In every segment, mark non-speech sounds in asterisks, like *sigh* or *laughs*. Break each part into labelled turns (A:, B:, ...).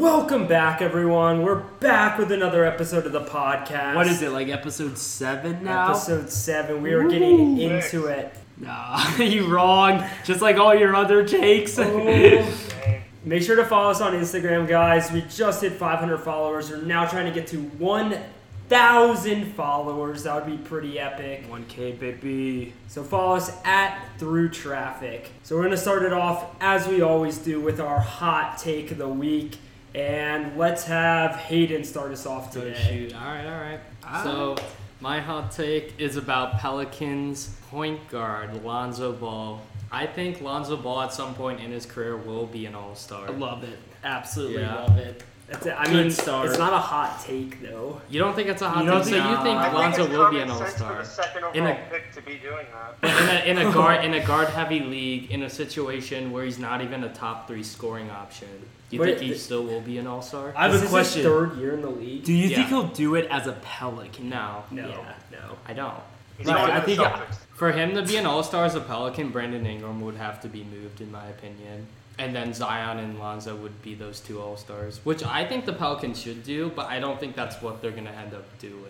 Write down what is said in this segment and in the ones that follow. A: Welcome back, everyone. We're back with another episode of the podcast.
B: What is it like episode seven now?
A: Episode seven. We are getting into it.
C: *laughs*
B: Nah, you wrong. Just like all your other takes.
C: *laughs*
A: Make sure to follow us on Instagram, guys. We just hit 500 followers. We're now trying to get to 1,000 followers. That would be pretty epic.
B: 1K baby.
A: So follow us at Through Traffic. So we're gonna start it off as we always do with our hot take of the week, and let's have Hayden start us off
C: Oh,
A: today.
C: shoot. All right, all right.
B: Ah.
C: So, my hot take is about Pelicans point guard Lonzo Ball. I think Lonzo Ball at some point in his career will be an all star.
B: I love it. Absolutely
C: Yeah.
B: love it.
A: That's it. I
B: Good
A: mean,
B: start.
A: it's not a hot take though.
C: You don't think it's a hot
B: You don't
C: take? So,
B: think-
C: you think
B: Nah. I
D: I think
C: Lonzo
D: it's
C: will be an
D: common
C: all
D: sense for
C: star?
D: the second
C: In
D: overall
C: a-
D: pick to be doing
C: *laughs*
D: that.
C: But in a, in
B: *laughs*
C: a guard in a guard heavy league, in a situation where he's not even a top three scoring option, do you
A: But
C: think he
A: it-
C: still will be an all star?
B: I have
A: This
B: a
A: is
B: question.
A: His third year in the league.
B: Do you think
C: Yeah.
B: he'll do it as a Pelican?
C: No,
A: no,
B: Yeah.
A: no.
C: I don't.
D: He's
C: Right,
D: going
C: I
D: to
C: think
D: the
C: I-
D: Celtics.
C: For him to be an all star as a Pelican, Brandon Ingram would have to be moved, in my opinion. And then Zion and Lonzo would be those two all stars, which I think the Pelicans should do, but I don't think that's what they're going to end up doing.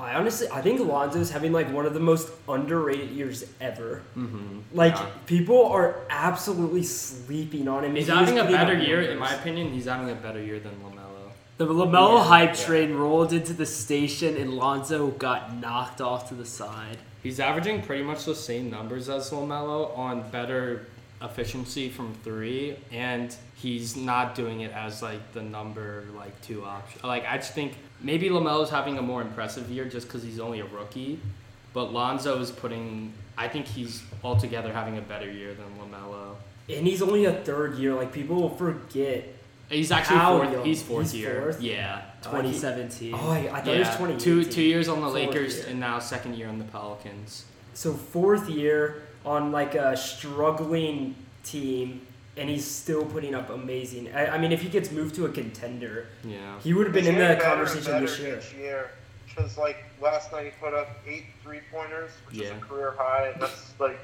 A: I honestly, I think Lonzo's having like one of the most underrated years ever.
C: Mm-hmm.
A: Like people are absolutely sleeping on him.
C: He's
A: He is
C: having a
A: putting up
C: better year, in
A: numbers.
C: my opinion, he's having a better year than LaMelo.
B: The LaMelo
A: Yeah.
B: hype train rolled into the station and Lonzo got knocked off to the side.
C: He's averaging pretty much the same numbers as LaMelo on better efficiency from three, and he's not doing it as like the number like two option. Like I just think maybe LaMelo's having a more impressive year just because he's only a rookie, but Lonzo is putting. I think he's altogether having a better year than LaMelo.
A: and he's only a third year. Like people will forget.
C: He's actually
A: How young?
C: fourth. He's fourth
A: He's
C: year.
A: fourth?
C: Yeah.
A: Like, he-
B: 2017.
A: Oh, I, I thought it was
C: yeah.
A: twenty.
C: two two years on the
A: Fourth
C: Lakers
A: year.
C: and now second year on the Pelicans.
A: So fourth year on like a struggling team, and he's still putting up amazing. I, I mean, if he gets moved to a contender,
C: Yeah.
A: he would have been
D: He's
A: in
D: getting
A: the
D: better and
A: conversation this
D: better
A: year.
D: each year. Because like last night he put up eight three pointers, which is a
C: Yeah.
D: career high, and that's like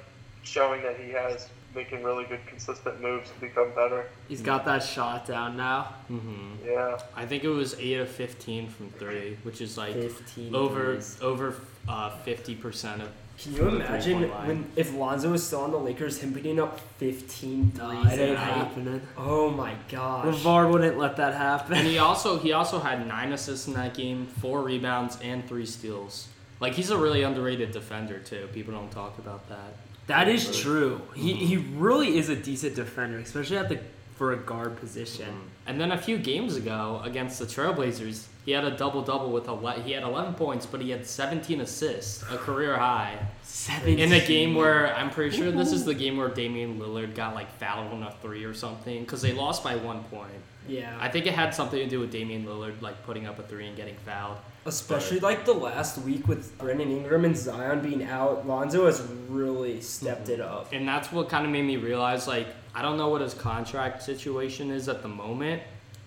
D: showing that he has making really good consistent moves to become better.
B: He's got that shot down now.
C: Mm-hmm.
D: Yeah.
C: I think it was eight of fifteen from three, which is like
A: Fifteen
C: over
A: threes.
C: over uh, fifty percent of.
A: Can you
C: from the
A: imagine
C: three-point line.
A: when if Lonzo was still on the Lakers, him putting up 15 threes?
B: No, it
A: a
B: ain't
A: night?
B: happening.
A: Oh my gosh!
B: LeVar wouldn't let that happen.
C: *laughs* And he also he also had nine assists in that game, four rebounds, and three steals. Like he's a really underrated defender too. People don't talk about that.
B: *laughs* That is
C: Right.
B: true. He he really is a decent defender, especially at the for a guard position.
A: Mm-hmm.
C: And then a few games ago against the Trailblazers, he had a double double with ele- he had eleven points, but he had seventeen assists, a career high.
B: Seven
C: In a game where I'm pretty sure this is the game where Damian Lillard got like fouled on a three or something because they lost by one point. I
A: Yeah,
C: think it had something to do with Damian Lillard like putting up a three and getting fouled.
A: especially like the last week with Brandon Ingram and Zion being out, Lonzo has really stepped it up.
C: And that's what kind of made me realize like I don't know what his contract situation is at the moment,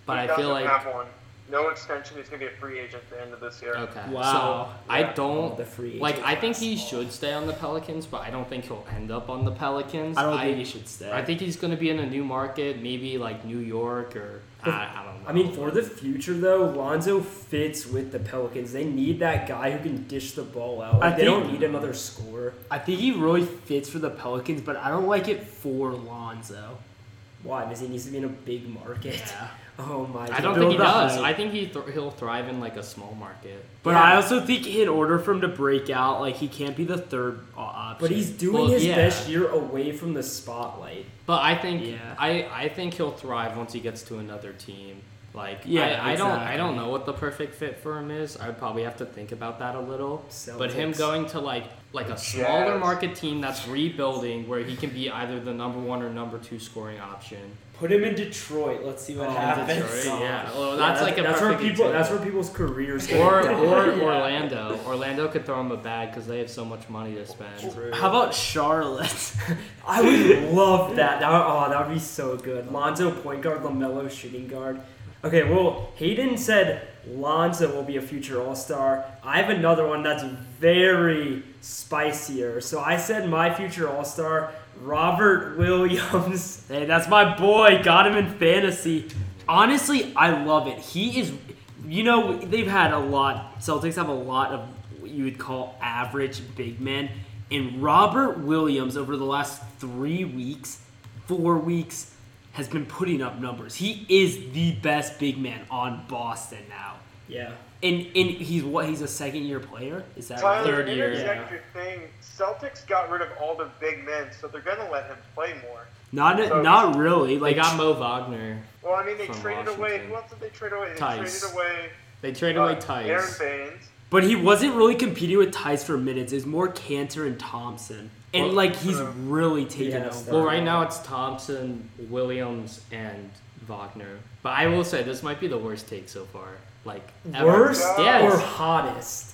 C: but
D: he
C: I feel like
D: doesn't have one. No extension. He's gonna be a free agent at the end of this year.
C: okay.
B: Wow.
C: So I
D: Yeah.
A: All
C: don't
A: the free
C: like
A: agent
C: I think he
A: basketball.
C: should stay on the Pelicans, but I don't think he'll end up on the Pelicans.
B: I don't think he should stay.
C: I think he's going to be in a new market, maybe like New York or I, I don't know.
A: I mean, for the future though, Lonzo fits with the Pelicans. They need that guy who can dish the ball out. Like,
B: I
A: they don't
B: think-
A: need another scorer.
B: I think he really fits for the Pelicans, but I don't like it for Lonzo.
A: Why? Because he needs to be in a big market.
B: Yeah.
A: *laughs* Oh my!
C: I don't
A: God.
C: think he
B: build the
C: does.
B: hype.
C: I think he th- he'll thrive in like a small market.
B: But
A: Yeah.
B: I also think in order for him to break out, like he can't be the third o- option.
A: But he's doing
C: Well,
A: his
C: yeah.
A: best year away from the spotlight.
C: But I think
B: Yeah.
C: I, I think he'll thrive once he gets to another team. Like
B: Yeah,
C: I, I don't I
B: exactly.
C: don't know what the perfect fit for him is. I would probably have to think about that a little. But him
A: Celtics.
C: going to like like a smaller market team that's rebuilding where he can be either the number one or number two scoring
A: *laughs*
C: option.
B: put him in Detroit. Let's see
A: what
C: Oh,
A: happens.
C: Detroit,
A: *laughs*
C: yeah. Well,
A: Yeah,
C: that's like a
A: that's where
C: perfect
A: people that's
C: example.
A: where people's careers go
C: or
A: down.
C: or
B: Yeah.
C: Orlando. Orlando could throw him a bag because they have so much money to spend.
A: True.
B: How about Charlotte?
A: *laughs* I would love that. That would, oh, that would be so good. Lonzo point guard, Lamelo shooting guard. Okay, well, Hayden said Lonzo will be a future All Star. I have another one that's very spicier. So I said my future All Star, Robert *laughs* Williams.
B: hey, that's my boy. Got him in fantasy.
A: Honestly, I love it. He is, you know, they've had a lot. Celtics have a lot of what you would call average big men, and Robert Williams over the last three weeks, four weeks, has been putting up numbers. He is the best big man on Boston now,
E: Yeah.
A: and and he's what he's a second year player. Is that right?
C: third
D: Tyler,
C: year,
D: interject your thing. Celtics got rid of all the big men, so they're gonna let him play more.
A: Not
D: So-
A: not really.
C: They
A: Like
C: got Mo Wagner.
D: Well, I mean, they
C: From
D: traded away.
C: Washington.
D: Who else did they trade away? They
C: Tice.
D: traded away.
C: They traded
D: uh,
C: away
D: Aaron
C: Tice.
D: Baines.
A: But he wasn't really competing with Tice for minutes. It's more Cantor and Thompson. And
C: Well, uh,
A: like he's
D: true.
A: really taken
E: Yeah,
A: over.
C: Well, right now it's Thompson, Williams, and Wagner. But I will say this might be the worst take so far. Like ever.
E: Worst
C: Yes.
E: or hottest?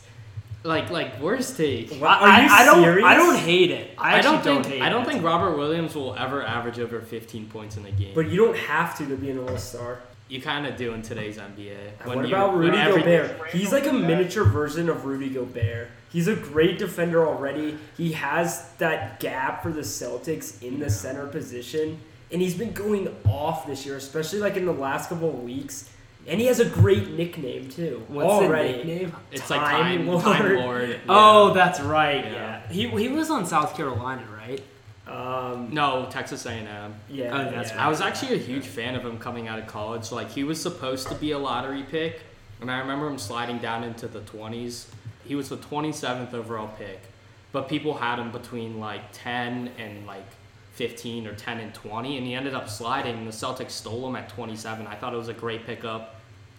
C: Like like worst take.
E: Wow, are
A: I,
E: you
A: I don't
E: serious?
A: I don't hate it. I,
C: I don't
A: actually
C: think
A: don't hate
C: I don't
A: it.
C: think Robert Williams will ever average over 15 points in a game.
E: But you don't have to to be an all star.
C: you kind of do in today's NBA.
E: And what
C: you-
E: about Rudy
C: every-
E: Gobert? He's like a miniature version of Rudy Gobert. He's a great defender already. He has that gap for the Celtics in the center position, and he's been going off this year, especially like in the last couple of weeks. And he has a great nickname too.
A: What's
E: already.
A: the nickname?
C: It's like Time Lord. Time
E: *laughs*
C: Lord. Yeah.
A: Oh, that's right. Yeah.
C: Yeah.
A: He he was on South Carolina, right?
E: Um,
C: no, Texas A&M.
E: yeah,
A: Oh, that's
E: yeah.
C: I was actually a huge fan of him coming out of college. Like he was supposed to be a lottery pick, and I remember him sliding down into the 20s. He was the 27th overall pick, but people had him between like 10 and like 15 or 10 and 20, and he ended up sliding. The Celtics stole him at 27. I thought it was a great pickup.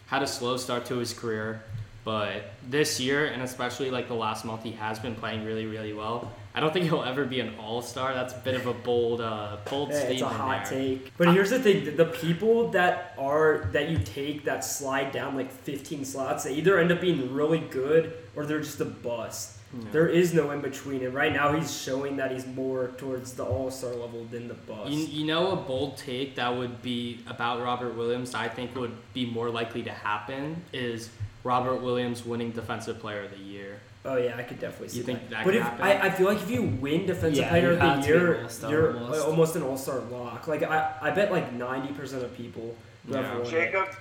C: Had a slow start to his career, but this year and especially like the last month, he has been playing really, really well. I don't think he'll ever be an all-star. That's a bit of a bold, uh, bold
E: Yeah,
C: statement.
E: it's a hot
C: there.
E: take. But here's the thing: the- the people that are that you take that slide down like 15 slots, they either end up being really good or they're just a bust.
C: Yeah.
E: There is no in between, and right now he's showing that he's more towards the All Star level than the bust.
C: You, you know, a bold take that would be about Robert Williams, I think would be more likely to happen is Robert Williams winning Defensive Player of the Year.
E: oh yeah, I could definitely see
C: You think that
E: but
C: could
E: if
C: happen?
E: I, I feel like if you win Defensive
A: Yeah,
E: Player
A: you
E: of the
A: have to be an
E: Year,
A: all-star
E: you're uh,
A: almost.
E: almost an All Star lock. Like I, I bet like 90 percent of people. who have
C: Oh, Yeah.
E: won it.
D: Jacob,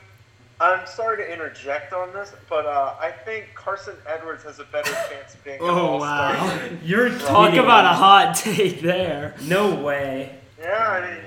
D: I'm sorry to interject on this, but uh, I think Carson Edwards has a better chance
C: *laughs*
D: of being an
A: Oh
D: all-star.
A: wow.
E: you're
A: Talk
E: kidding.
A: about a
E: *laughs*
A: hot take there.
E: no way.
D: Yeah, I, mean,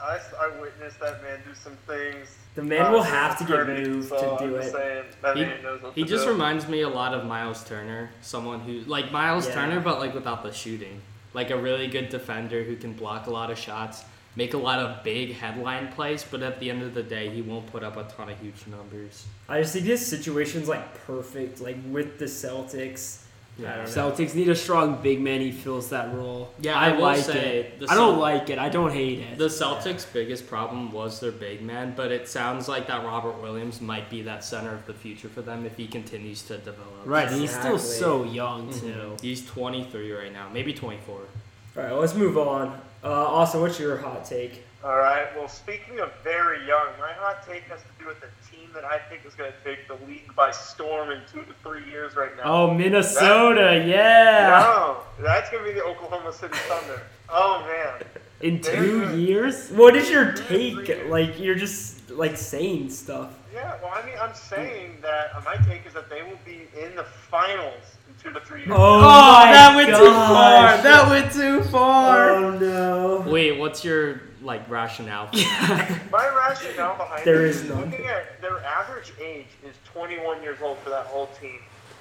D: I, I witnessed that man do some things.
E: The man will
D: Uh,
E: have to get
D: hurting,
E: moved
D: so
E: to
D: I'm
E: do
D: just
E: it.
D: Saying, that
C: He-
D: man knows what
C: He
D: to
C: just
D: do.
C: reminds me a lot of Miles Turner, someone who, like Miles
E: Yeah.
C: Turner, but like without the shooting. Like a really good defender who can block a lot of shots, make a lot of big headline plays, but at the end of the day, he won't put up a ton of huge numbers.
E: I just think this situation's like perfect, like with the Celtics. I don't know.
A: Celtics need a strong big man. He fills that role.
C: Yeah,
A: I,
C: I will
A: like
C: say
A: it.
C: the
A: I don't
C: Cel-
A: like it. I don't hate it.
C: The Celtics' biggest problem was their big man, but it sounds like that Robert Williams might be that center of the future for them if he continues to develop.
A: right, and he's still
E: Exactly. Mm-hmm.
A: so young too.
C: He's 23 right now, maybe 24.
E: All right, let's move on. Uh, also, what's your hot take?
D: All right. Well, speaking of very young, my hot take has to do with the team that I think is going to take the league by storm in two to three years right now.
A: Oh, Minnesota, yeah.
D: No, Oh, that's going to be the Oklahoma City Thunder. Oh man.
A: In two years?
E: What is your take? Like you're just like saying stuff.
D: Yeah. Well, I mean, I'm saying that uh, my take is that they will be in the finals in two to three years.
E: Oh, my gosh.
A: went too
E: Oh no.
C: Wait, what's your like rationale? For that?
D: My rationale behind
E: There
D: it
E: is none.
D: looking at their average age is 21 years old for that whole team,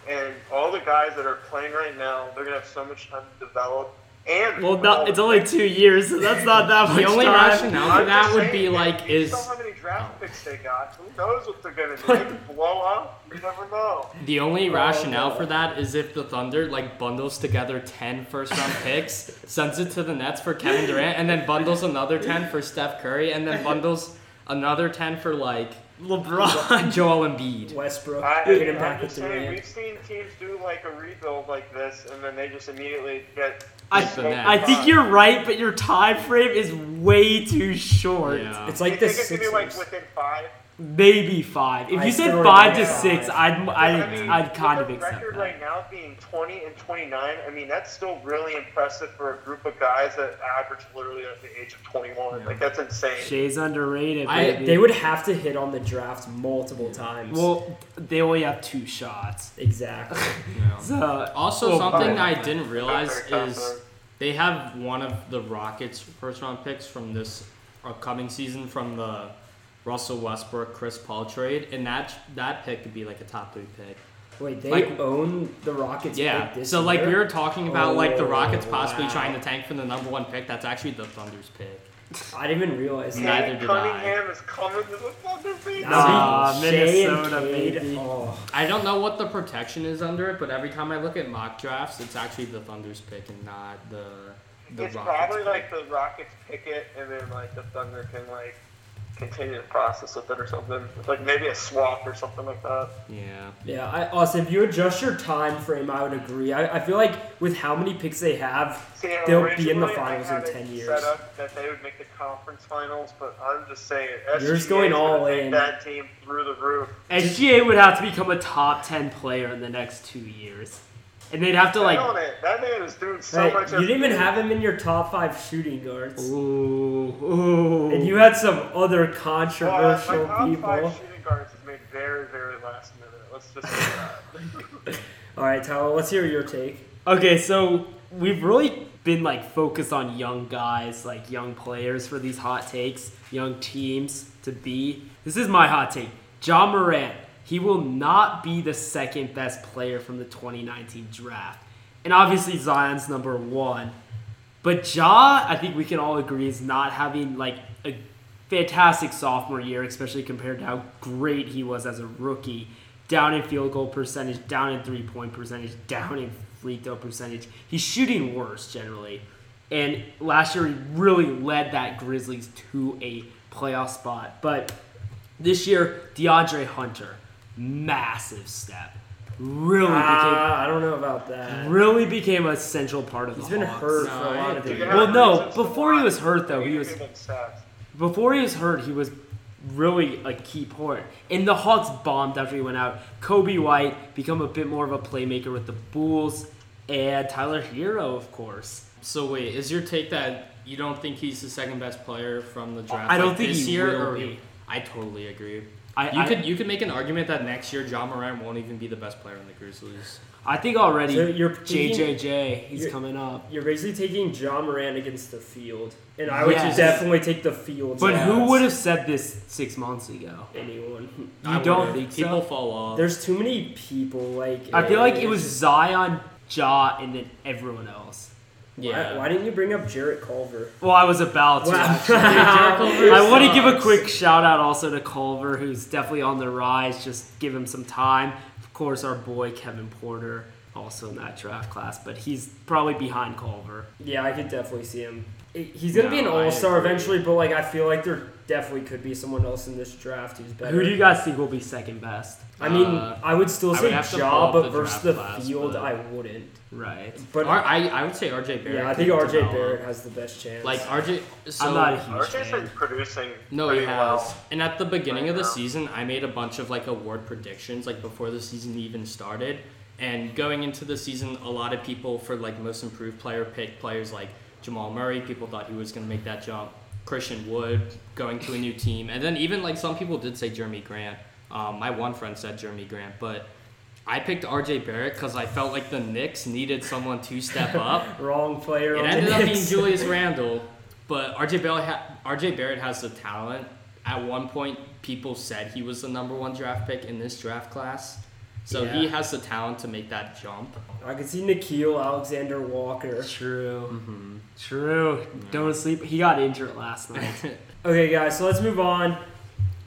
D: and all the guys that are playing right now, they're gonna have so much time to develop. And
A: Well, no, it's only two years, so that's not that much
C: the only
A: time.
C: rationale for
D: I'm
C: that
D: just
C: would be
D: saying,
C: like
D: you
C: is
D: saw how many draft picks they got. Who knows what they're gonna do? They could blow up. You never know.
C: the only
E: Oh,
C: rationale
E: no.
C: for that is if the Thunder like bundles together 10 first
E: *laughs*
C: round picks, sends it to the Nets for Kevin Durant, and then bundles another 10 for Steph Curry, and then bundles another 10 for like *laughs*
A: LeBron.
C: Joel Embiid.
E: Westbrook.
D: I,
E: Get him
D: I'm
E: back with
D: just saying,
E: Durant.
D: we've seen teams do like a rebuild like this, and then they just immediately get.
A: I-
D: smoked
A: I think
D: by-
A: you're right, but your time frame is way too short.
C: Yeah.
E: It's
D: You
E: like the
D: think it's gonna be
E: Sixers.
D: like within five?
E: Maybe five. If
A: I
E: you said
A: throw it
E: five to
A: down.
E: six, I'd I'd,
D: I mean,
E: I'd kind
D: with
E: of
D: the
E: accept
D: record
E: that.
D: right now being 20 and 29. I mean, that's still really impressive for a group of guys that average literally at the age of 21. Like that's insane.
E: Shay's underrated.
C: I-
E: baby.
A: They would have to hit on the draft multiple times.
E: well, they only have two shots.
A: exactly.
E: *laughs* So
C: Also,
E: Oh,
C: something
D: fine.
C: I didn't realize
D: Okay,
C: is
D: Cowboy.
C: they have one of the Rockets' first round picks from this upcoming season from the Russell Westbrook Chris Paul trade, and that that pick could be like a top three pick.
A: Wait, they
C: Like-
A: own the Rockets.
C: Yeah.
A: pick this
C: so like
A: year?
C: we were talking about like the
A: Oh,
C: Rockets possibly
A: wow.
C: trying to tank for the number one pick. That's actually the Thunder's pick.
A: I didn't even realize that.
C: Neither
D: Cade
C: did I.
D: Cunningham is coming to the Thunder Beach.
E: Nah,
A: That'd be Shea and
E: Minnesota,
A: Cade.
E: baby.
A: Oh,
C: I don't know what the protection is under it, but every time I look at mock drafts, it's actually the Thunder's pick and not the the
D: It's
C: Rockets.
D: probably
C: pick.
D: like the Rockets pick it, and then like the Thunder can like continue the process with it or something. It's like maybe a swap or something like that.
C: yeah.
A: yeah. I, also, if you adjust your time frame, I would agree. I, I feel like with how many picks they have,
D: See,
A: they'll be in the
D: originally, I
A: finals in
D: had it
A: ten
D: Set
A: years.
D: up that they would make the conference finals, but I'm just saying,
A: You're just
D: SGA
A: going
D: is gonna
A: all
D: take
A: in.
D: That team through the roof.
E: SGA would have to become a top ten player in the next two years, and they'd have to
D: Like,
E: like.
D: it. That man is doing so
A: Hey,
D: much.
A: you didn't even have him in your top five shooting guards,
E: Ooh, ooh.
A: and you had some other
D: well, my
A: controversial
D: top
A: people.
D: five shooting guards is made very, very last minute. Let's just say
A: *laughs*
D: that.
A: All right, Tyler, let's hear your take.
E: Okay, so we've really been like focused on young guys, like young players for these hot takes, young teams to be. This is my hot take. John Morant, he will not be the second best player from the 2019 draft. And obviously Zion's number 1. But Ja, I think we can all agree, is not having like a fantastic sophomore year, especially compared to how great he was as a rookie. Down in field goal percentage, down in three point percentage, *laughs* down in free throw percentage. He's shooting worse generally. And last year he really led that Grizzlies to a playoff spot. But this year, DeAndre Hunter, massive step. Really became
A: Ah, I don't know about that.
E: really became a central part of the
A: He's been
E: Hawks.
A: hurt
C: No,
A: for a lot
C: I
A: of
C: agree.
A: the
E: Well, no, before he was hurt, though, he was-
D: That's
E: Before he was hurt, he was really a key part. And the Hawks bombed after he went out. Kobe White become a bit more of a playmaker with the Bulls, and Tyler Hero, of course.
C: So wait, is your take that you don't think he's the second best player from the draft?
E: I don't
C: like,
E: think
C: this
E: he
C: year.
E: will
C: or
E: be.
C: I totally agree.
E: I,
C: you
E: I,
C: could you could make an argument that next year John Moran won't even be the best player in the Grizzlies.
E: I think already
A: So you're
E: JJJ, he's
A: you're-
E: coming up.
A: You're basically taking John Moran against the field, and I would
E: Yes.
A: definitely take the field.
E: But who
A: odds.
E: would have said this six months ago? *laughs*
A: anyone?
E: You
C: I
E: don't
C: would've.
E: think so?
C: people fall off?
A: There's too many people. Like
E: I feel like it
A: it's
E: was
A: just-
E: Zion, Ja, and then everyone else.
C: yeah.
A: Why, why didn't you bring up Jarrett Culver?
E: Well, I was about to.
A: Wow.
E: *laughs*
A: *laughs*
E: actually.
A: Culver
E: I want to give a
A: sucks.
E: quick shout out also to Culver, who's definitely on the rise. Just give him some time. Of course, our boy Kevin Porter, also in that draft class, but he's probably behind Culver.
A: Yeah, I could definitely see him. He's gonna be an
C: No, I
A: All Star
C: agree.
A: eventually, but like I feel like there definitely could be someone else in this draft who's better.
E: Who do you guys think will be second best?
A: I mean,
C: Uh,
A: I would still
C: I
A: say
C: would have to pull
A: Ja,
C: up
A: but
C: the
A: versus
C: draft
A: the
C: class,
A: field,
C: but-
A: I wouldn't.
E: Right.
A: But
C: R- I I would say RJ Barrett.
A: yeah, I
C: could
A: think RJ
C: develop.
A: Barrett has the best chance.
C: Like RJ. So,
E: I'm not a huge
D: RJ's
E: fan.
D: been producing.
C: No,
D: pretty
C: he
D: well.
C: has. And at the beginning of the
D: Right now.
C: season, I made a bunch of like award predictions, like before the season even started. And going into the season, a lot of people for like most improved player picked players like Jamal Murray. People thought he was going to make that jump. Christian Wood going to a new team, and then even like some people did say Jeremy Grant. Um, my one friend said Jeremy Grant, but I picked R.J. Barrett because I felt like the Knicks needed someone to step up.
A: wrong player.
C: It
A: on the
C: ended up being
A: Knicks.
C: Julius Randle, but RJ Barrett, ha- RJ Barrett has the talent. At one point, people said he was the number one draft pick in this draft class. So he
A: Yeah.
C: has the talent to make that jump.
A: I could see Nikhil Alexander Walker.
E: True. Mm-hmm. True. Don't sleep. He got injured last night.
A: Okay, guys, so let's move on.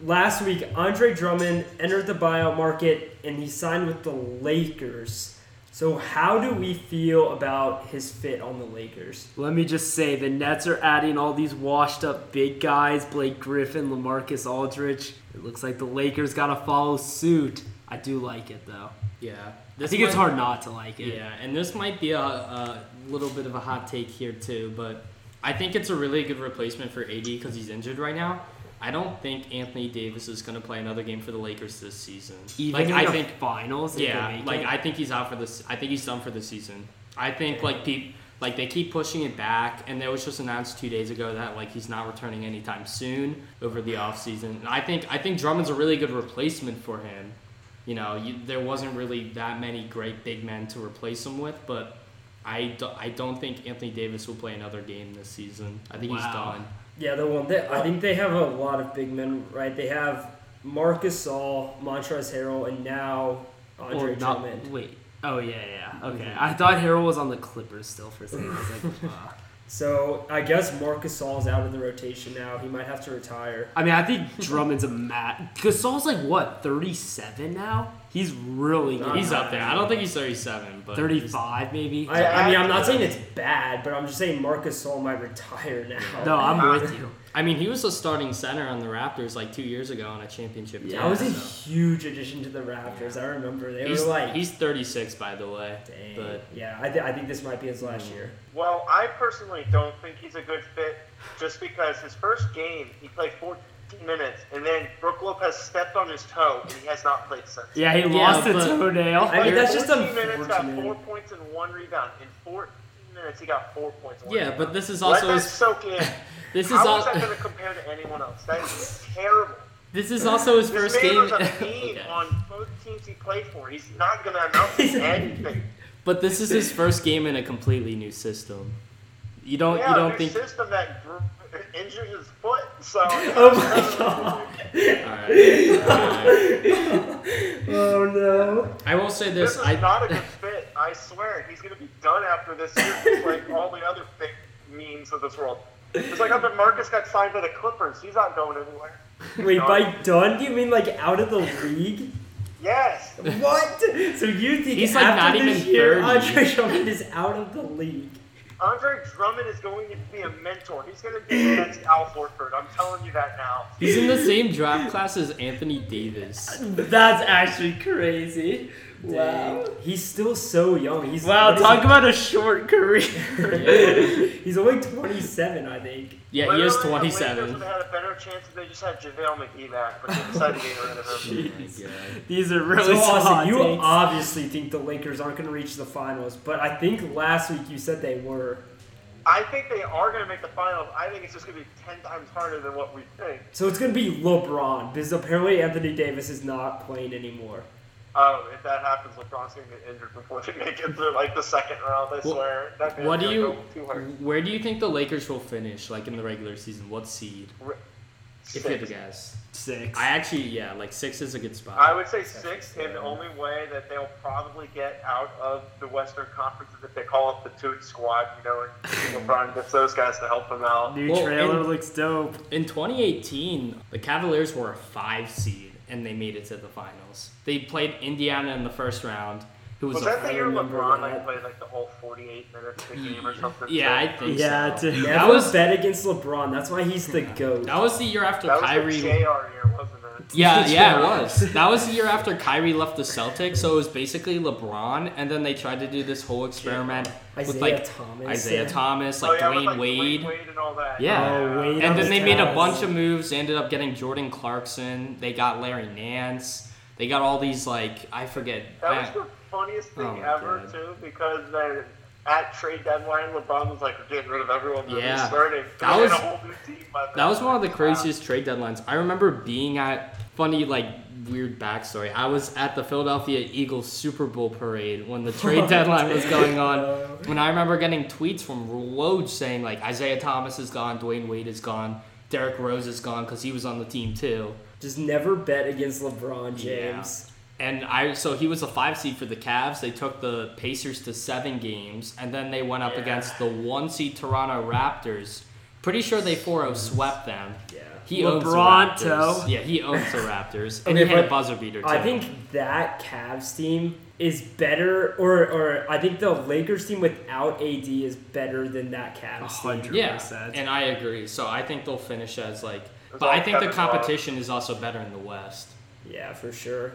A: Last week, Andre Drummond entered the buyout market and he signed with the Lakers. So, how do we feel about his fit on the Lakers?
E: Let me just say the Nets are adding all these washed up big guys, Blake Griffin, Lamarcus Aldridge. It looks like the Lakers got to follow suit. I do like it though.
C: Yeah.
E: I
C: This
E: think it's
C: might-
E: hard not to like it.
C: Yeah, and this might be a, a little bit of a hot take here too, but I think it's a really good replacement for AD because he's injured right now. I don't think Anthony Davis is going to play another game for the Lakers this season.
A: Even
C: like
A: in
C: I
A: the
C: think
A: finals. if they
C: yeah,
A: make
C: like
A: it.
C: I think he's out for this. I think he's done for the season. I think like people like they keep pushing it back, and it was just announced two days ago that like he's not returning anytime soon over the offseason. And I think I think Drummond's a really good replacement for him. You know, you, there wasn't really that many great big men to replace him with, but I, do, I don't think Anthony Davis will play another game this season. I think he's
A: Wow.
C: done.
E: Yeah, the one that I think they have a lot of big men, right? They have Marcus All, Montrezl Harrell, and now Andre
A: Or not-
E: Drummond.
A: Wait. Oh yeah, yeah. Okay.
E: Mm-hmm.
A: I thought Harold was on the Clippers still for a second. I was like,
E: *laughs*
A: uh.
E: So I guess Marcus All's out of the rotation now. He might have to retire.
A: I mean, I think Drummond's a mat. Gasol's like what, thirty-seven now? He's really good.
C: He's up there. I don't think he's 37, but
A: thirty-five, maybe.
E: I, I mean, I'm not saying it's bad, but I'm just saying Marcus All might retire now.
A: no, I'm with you.
C: I mean, he was a starting center on the Raptors like two years ago on a championship team.
A: Yeah,
E: *laughs* that was a
C: so.
E: huge addition to the Raptors. I remember they
C: He's,
E: were like,
C: he's 36, by the way.
E: dang.
C: But
E: yeah, I, th- I think this might be his last year.
D: Well, I personally don't think he's a good fit just because his first game, he played 14 minutes, and then Brooke Lopez stepped on his toe, and he has not played since.
A: Yeah, he lost a
C: but-
A: toenail.
E: I mean,
D: Played
E: that's
A: *laughs*
E: just
D: 14 minutes, got
E: unfortunate.
D: four points and one rebound. In 14 minutes, he got four points. and one
C: yeah,
D: rebound.
C: but this is
D: Let
C: also
D: that
C: his,
D: soak in.
C: *laughs* this is
D: How is
C: also
D: that going to compare to anyone else? That is terrible.
C: this is also his *laughs*
D: This
C: first
D: man
C: game.
D: was a
C: *laughs*
D: fiend
C: Okay.
D: on both teams he played for. He's not going to
C: *laughs*
D: amount to anything.
C: But this is
D: *laughs*
C: his first game in a completely new system. You don't
D: yeah,
C: you don't
D: new
C: think
D: system that gr- injured his foot.
C: *laughs*
D: So
E: Oh my god.
C: all right. All
D: *laughs*
C: right.
E: Oh no.
C: I will say
D: This
C: this,
D: is
C: I
D: not a good fit. I swear, he's gonna be done after this year, just like all the other fake memes of this world. It's like how the Marcus got signed by the Clippers. He's not going anywhere.
E: Wait, by done, do you mean like out of the league?
D: Yes.
E: What? So you think
C: He's, like, not
E: after this
C: even
E: year,
C: 30.
E: Andre Drummond is out of the league?
D: Andre Drummond is going to be a mentor. He's gonna be the next Al Horford. I'm telling you that now.
C: he's in the same draft class as Anthony
D: *laughs*
C: Davis.
A: That's actually crazy. Wow.
E: He's still so young. He's
A: Wow,
E: what is
A: talk about a short career.
C: Yeah,
E: he? *laughs* He's only 27, I think.
C: yeah he is
D: Literally, the Lakers
C: 27.
D: *laughs* would've had a better chance if they just had JaVale McGee back, but they decided to get rid
C: *laughs*
D: of him.
A: Jeez. These are really
E: So
A: hot
E: Austin, you
A: takes.
E: obviously think the Lakers aren't going to reach the finals, but I think last week you said they were.
D: I think they are gonna make the finals. I think it's just gonna be ten times harder than what we think.
E: So it's going to be LeBron because apparently Anthony Davis is not playing anymore.
D: Oh, if that happens, LeBron's gonna get injured before they make it through like the second round. I
C: Well,
D: swear. That man's
C: What do
D: gonna
C: you
D: go Too hard.
C: where do you think the Lakers will finish like in the regular season? What seed? If you had to
D: Six.
C: guess.
A: Six.
C: I actually yeah, like 6 is a good spot.
D: I would say six, and the only way that they'll probably get out of the Western Conference is if they call up the Toot Squad, you know,
C: *laughs*
D: and LeBron gets those guys to help him out.
A: New
C: Well,
A: trailer
C: and-
A: looks dope.
C: In 2018, the Cavaliers were a five seed and they made it to the finals. They played Indiana in the first round, who was,
D: Was
C: a
D: that the year
E: remember
D: LeBron like,
E: that.
D: played like the whole 48 minutes of the game or something?
C: yeah, I think
A: Yeah,
C: so.
A: dude.
E: Never
C: That was
E: bet against LeBron. That's why he's the goat.
C: that was the year after
D: that was
C: Kyrie.
D: the JR year, wasn't it?
C: yeah, yeah,
E: JR.
C: it was. That was the year after Kyrie left the Celtics, so it was basically LeBron, and then they tried to do this whole experiment with
E: Isaiah
C: like
E: Thomas.
C: Isaiah Thomas,
D: oh,
C: like
D: yeah, with,
C: Dwayne
D: like,
C: Wade.
D: Dwayne Wade and all that.
C: Yeah.
E: Oh, Wade
C: And then they made a
E: Taz.
C: bunch of moves. They ended up getting Jordan Clarkson. They got Larry Nance. They got all these like I forget.
D: That
C: I-
D: was the funniest thing
C: Oh my
D: ever,
C: God.
D: too, because then at trade deadline, LeBron was like, "We're getting rid of everyone. We're
C: Yeah.
D: restarting."
C: That
D: We had
C: was-
D: a whole new team by then.
C: That was one of the
D: Wow.
C: craziest trade deadlines. I remember being at funny like weird backstory. I was at the Philadelphia Eagles Super Bowl parade when the
D: *laughs*
C: trade
D: Oh,
C: deadline was going on. When I remember getting tweets from Woj saying like Isaiah Thomas is gone, Dwayne Wade is gone, Derek Rose is gone because he was on the team too.
E: Just never bet against LeBron
C: Yeah.
E: James.
C: And I so he was a five seed for the Cavs. They took the Pacers to seven games, and then they went up
D: Yeah.
C: against the one seed Toronto Raptors. Pretty sure they 4-0 swept them.
E: Yeah.
C: He owns the
A: LeBron,
C: Raptors.
A: too.
C: Yeah, he owns the Raptors, and
E: Okay,
C: he had a
E: but
C: buzzer beater. Too.
E: I think that Cavs team is better, or or I think the Lakers team without AD is better than that Cavs team.
A: hundred
C: yeah,
A: percent.
C: and I agree. So I think they'll finish as like,
D: It's
C: but
D: all
C: I think the
D: Kevin Love.
C: competition is also better in the West.
E: Yeah, for sure.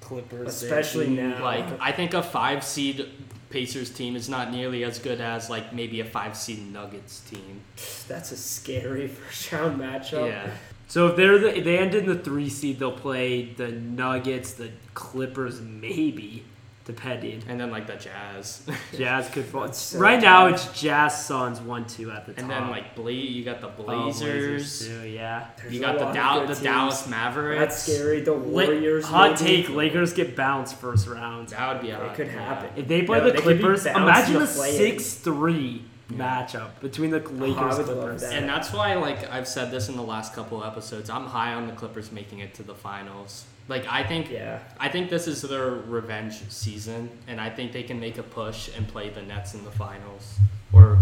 A: Clippers,
E: Especially now.
C: Like I think a five seed Pacers team is not nearly as good as like maybe a five seed Nuggets team.
E: That's a scary *laughs* first round matchup.
C: Yeah.
A: So if they're the, if they end in the three seed, they'll play the Nuggets, the Clippers, maybe, depending.
C: and then like the Jazz, *laughs*
A: Jazz could fall. It's-
E: So
A: right now,
E: tough.
A: it's Jazz, Suns, one, two at the top.
C: and then like Ble- you got the
A: Oh,
C: Blazers,
A: too, yeah.
E: There's
C: you
E: a
C: got the
E: lot of
C: Dow-
E: good
C: the
E: teams.
C: Dallas Mavericks.
E: That's scary. The
A: La-
E: Warriors.
A: hot
E: maybe.
A: take: Lakers get bounced first round.
C: That would be
E: It
C: hot.
E: could
C: yeah.
E: happen.
A: If they play
E: No,
A: the
E: they could be
A: Clippers,
E: bounced
A: imagine
E: to
A: a
E: play in.
A: six three matchup between the Lakers
E: would love
A: Clippers.
E: that.
C: And that's why, like I've said this in the last couple episodes, I'm high on the Clippers making it to the finals. Like I think,
E: Yeah.
C: I think this is their revenge season, and I think they can make a push and play the Nets in the finals, or,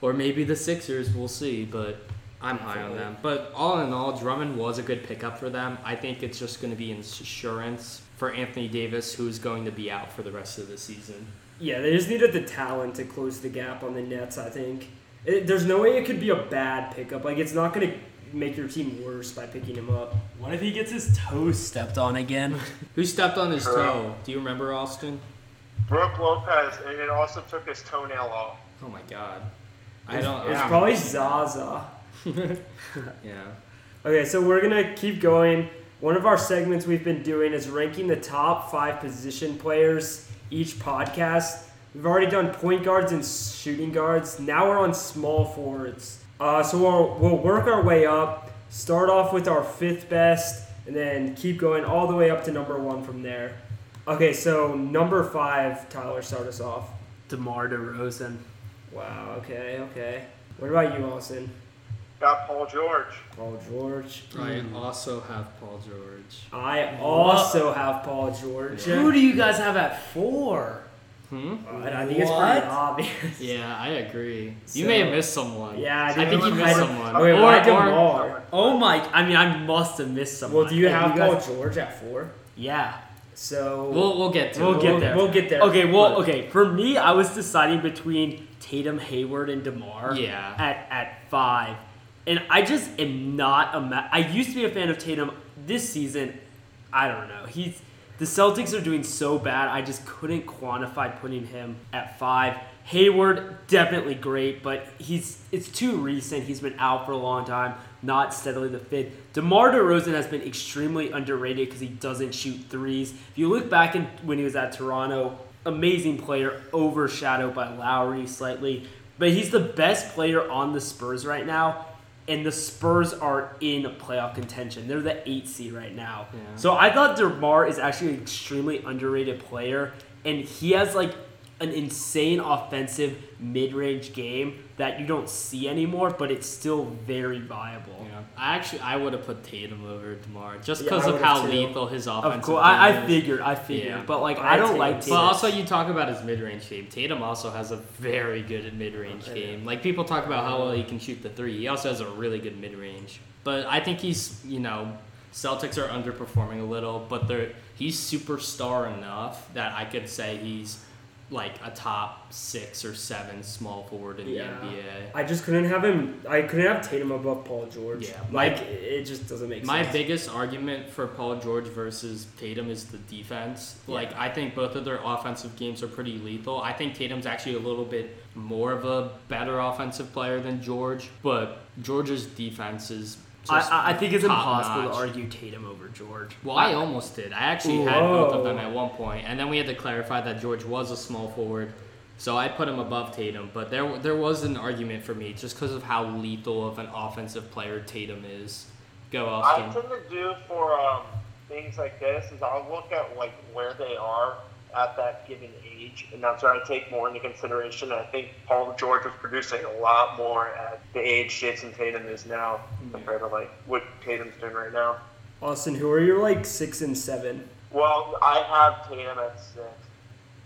C: or maybe the Sixers. We'll see, but I'm high on them. But all in all, Drummond was a good pickup for them. I think it's just going to be insurance for Anthony Davis, who's going to be out for the rest of the season.
E: Yeah, they just needed the talent to close the gap on the Nets. I think it, there's no way it could be a bad pickup. Like it's not going to make your team worse by picking him up.
A: What if he gets his toes stepped on again?
C: Who stepped on his toe? Do you remember Austin?
D: Brooke Lopez, and it also took his toenail off.
C: Oh my God. I don't.
E: It's
C: I don't-
E: probably Zaza.
C: yeah.
E: Okay, so we're gonna keep going. One of our segments we've been doing is ranking the top five position players each podcast. We've already done point guards and shooting guards. Now we're on small forwards. Uh, so we'll, we'll work our way up. Start off with our fifth best, and then keep going all the way up to number one from there. Okay, so number five, Tyler, start us off.
A: DeMar DeRozan.
E: Wow. Okay. Okay. What about you, Austin?
D: Got Paul George.
E: Paul George.
C: I also have Paul George.
E: I also have Paul George.
A: Who do you guys have at four?
C: Hmm?
E: But I think it's
A: What?
E: pretty obvious.
C: Yeah, I agree.
E: So-
C: you may have missed someone.
E: *laughs* Yeah,
C: I,
E: I did.
C: think you
E: I
C: missed
E: don't-
C: someone.
E: Wait,
D: Or-
E: why
C: or-
E: DeMar?
A: Oh my! I mean, I must have missed someone.
E: Well, do you
A: Hey,
E: have
A: guys-
E: Paul George at four?
A: Yeah.
E: So
C: We'll, we'll get to
A: We'll
C: it.
A: get there.
E: We'll get there.
A: Okay. Well,
E: But-
A: okay. For me, I was deciding between Tatum, Hayward, and Demar.
C: Yeah.
A: At at five, and I just am not a. Ma- I used to be a fan of Tatum. This season, I don't know. He's the Celtics are doing so bad. I just couldn't quantify putting him at five. Hayward definitely great, but he's it's too recent. He's been out for a long time, not steadily the fit. DeMar DeRozan has been extremely underrated because he doesn't shoot threes. If you look back in, when he was at Toronto, amazing player, overshadowed by Lowry slightly, but he's the best player on the Spurs right now. And the Spurs are in playoff contention. They're the eight seed right now.
C: Yeah.
A: So I thought DeMar is actually an extremely underrated player, and he has like an insane offensive mid-range game that you don't see anymore, but it's still very viable.
C: Yeah. I actually I would have put Tatum over Demar just
E: Yeah,
C: because
E: I
C: of
E: would've
C: how
E: too.
C: lethal his offense.
A: Of course, I, I figured, I figured,
C: Yeah.
A: but like
E: I
A: I, don't
E: take
A: like
E: it.
A: Tatum.
C: But also, you talk about his mid-range game. Tatum also has a very good mid-range
E: Yeah.
C: game. Like people talk about how well he can shoot the three. He also has a really good mid-range. But I think he's you know Celtics are underperforming a little, but they're he's superstar enough that I could say he's like a top six or seven small forward in
E: Yeah.
C: the NBA.
E: I just couldn't have him. I couldn't have Tatum above Paul George.
C: Yeah.
E: Like it it just doesn't make
C: My
E: sense.
C: biggest argument for Paul George versus Tatum is the defense. Like I think both of their offensive games are pretty lethal. I think Tatum's actually a little bit more of a better offensive player than George, but George's defense is
A: I,
C: just
A: I, I think it's
C: top
A: impossible
C: notch.
A: to argue Tatum over George.
C: Well, I almost did. I actually had
E: Whoa.
C: both of them at one point, and then we had to clarify that George was a small forward, so I put him above Tatum. But there, there was an argument for me just because of how lethal of an offensive player Tatum is. Go
D: I
C: Austin.
D: tend to do for um, things like this is I'll look at like where they are at that given age, and that's what I take more into consideration. I think Paul George was producing a lot more at the age Jason Tatum is now
A: Mm.
D: compared to like what Tatum's doing right now.
E: Austin, who are your like six and seven?
D: Well, I have Tatum at six.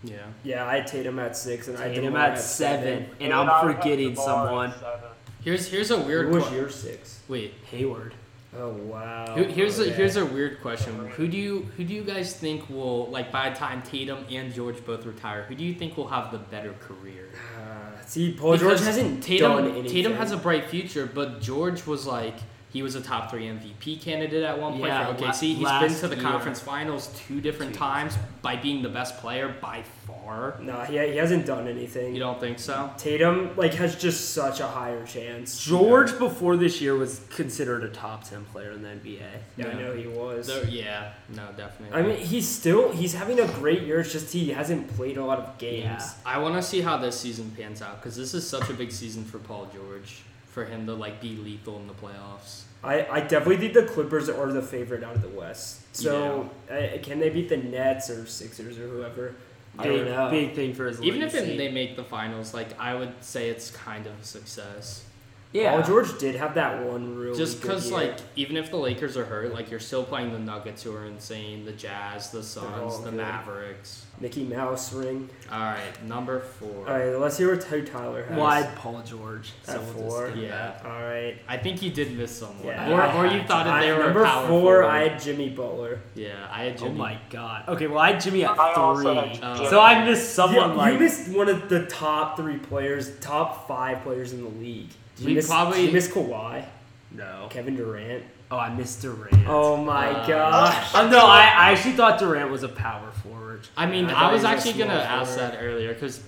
C: Yeah.
E: Yeah, I had Tatum at six, and I had
A: Tatum
E: DeMar
A: at seven, and
D: then I
A: I'm
D: have
A: forgetting
D: DeMar at
A: someone.
D: seven.
C: Here's here's a weird
E: Who was
C: question.
E: your six?
C: Wait.
A: Hayward.
E: Oh wow.
C: Here- Here's a
E: Okay.
C: here's a weird question. Who do you who do you guys think will like by the time Tatum and George both retire? Who do you think will have the better career?
E: Uh, see, Paul George
C: Because
E: hasn't
C: Tatum,
E: done anything.
C: Tatum has a bright future, but George was like He was a top three MVP candidate at one point
A: Yeah,
C: for
A: la-
C: OKC. He's been
A: last
C: to the
A: year.
C: conference finals two different
A: Jeez.
C: times by being the best player by far.
E: No, he, he hasn't done anything.
C: You don't think so?
E: Tatum like has just such a higher chance.
A: George before this year was considered a top ten player in the NBA.
E: Yeah, I
C: No.
E: know he was.
C: So, yeah, no, definitely.
E: I mean, he's still he's having a great year. It's just he hasn't played a lot of games.
A: Yeah.
C: I want to see how this season pans out because this is such a big season for Paul George, for him to like be lethal in the playoffs.
E: I, I definitely think the Clippers are the favorite out of the West. So uh, can they beat the Nets or Sixers or whoever? I
A: Big,
E: don't know.
A: big thing for his
C: Even if
A: legacy.
C: they make the finals, like I would say it's kind of a success.
A: yeah,
E: Paul George did have that one really
C: Just
E: good
C: because,
E: year.
C: like, even if the Lakers are hurt, like you're still playing the Nuggets, who are insane, the Jazz, the Suns,
E: all
C: the
E: good.
C: Mavericks.
E: Mickey Mouse ring.
C: All right, number four.
E: All right, let's hear what Ty- Tyler has.
A: why Paul George?
E: At
A: So we'll just
E: four?
A: skip
C: Yeah,
E: All right.
C: I think you did miss someone,
E: Yeah.
C: or,
A: I
C: or you
A: had-
C: thought that they
E: I-
C: were a
E: number
C: power
E: four.
C: forward.
E: I had Jimmy Butler.
C: yeah, I had
A: that. Oh
C: Jimmy.
A: my god. Okay, well I had Jimmy at
D: I also
A: three,
D: had
C: Uh,
D: Jimmy.
A: so I missed someone
E: you,
A: like
E: you missed one of the top three players, top five players in the league. You
C: We
E: missed,
C: probably-
E: you missed Kawhi,
A: no.
E: Kevin Durant.
A: Oh, I missed Durant.
E: Oh my
C: Uh,
E: gosh.
A: Oh, no, I, I actually thought Durant was a power forward.
C: I mean,
E: I
C: I,
E: thought
C: was
E: he was a
C: actually
E: small
C: gonna ask
E: forward.
C: that earlier because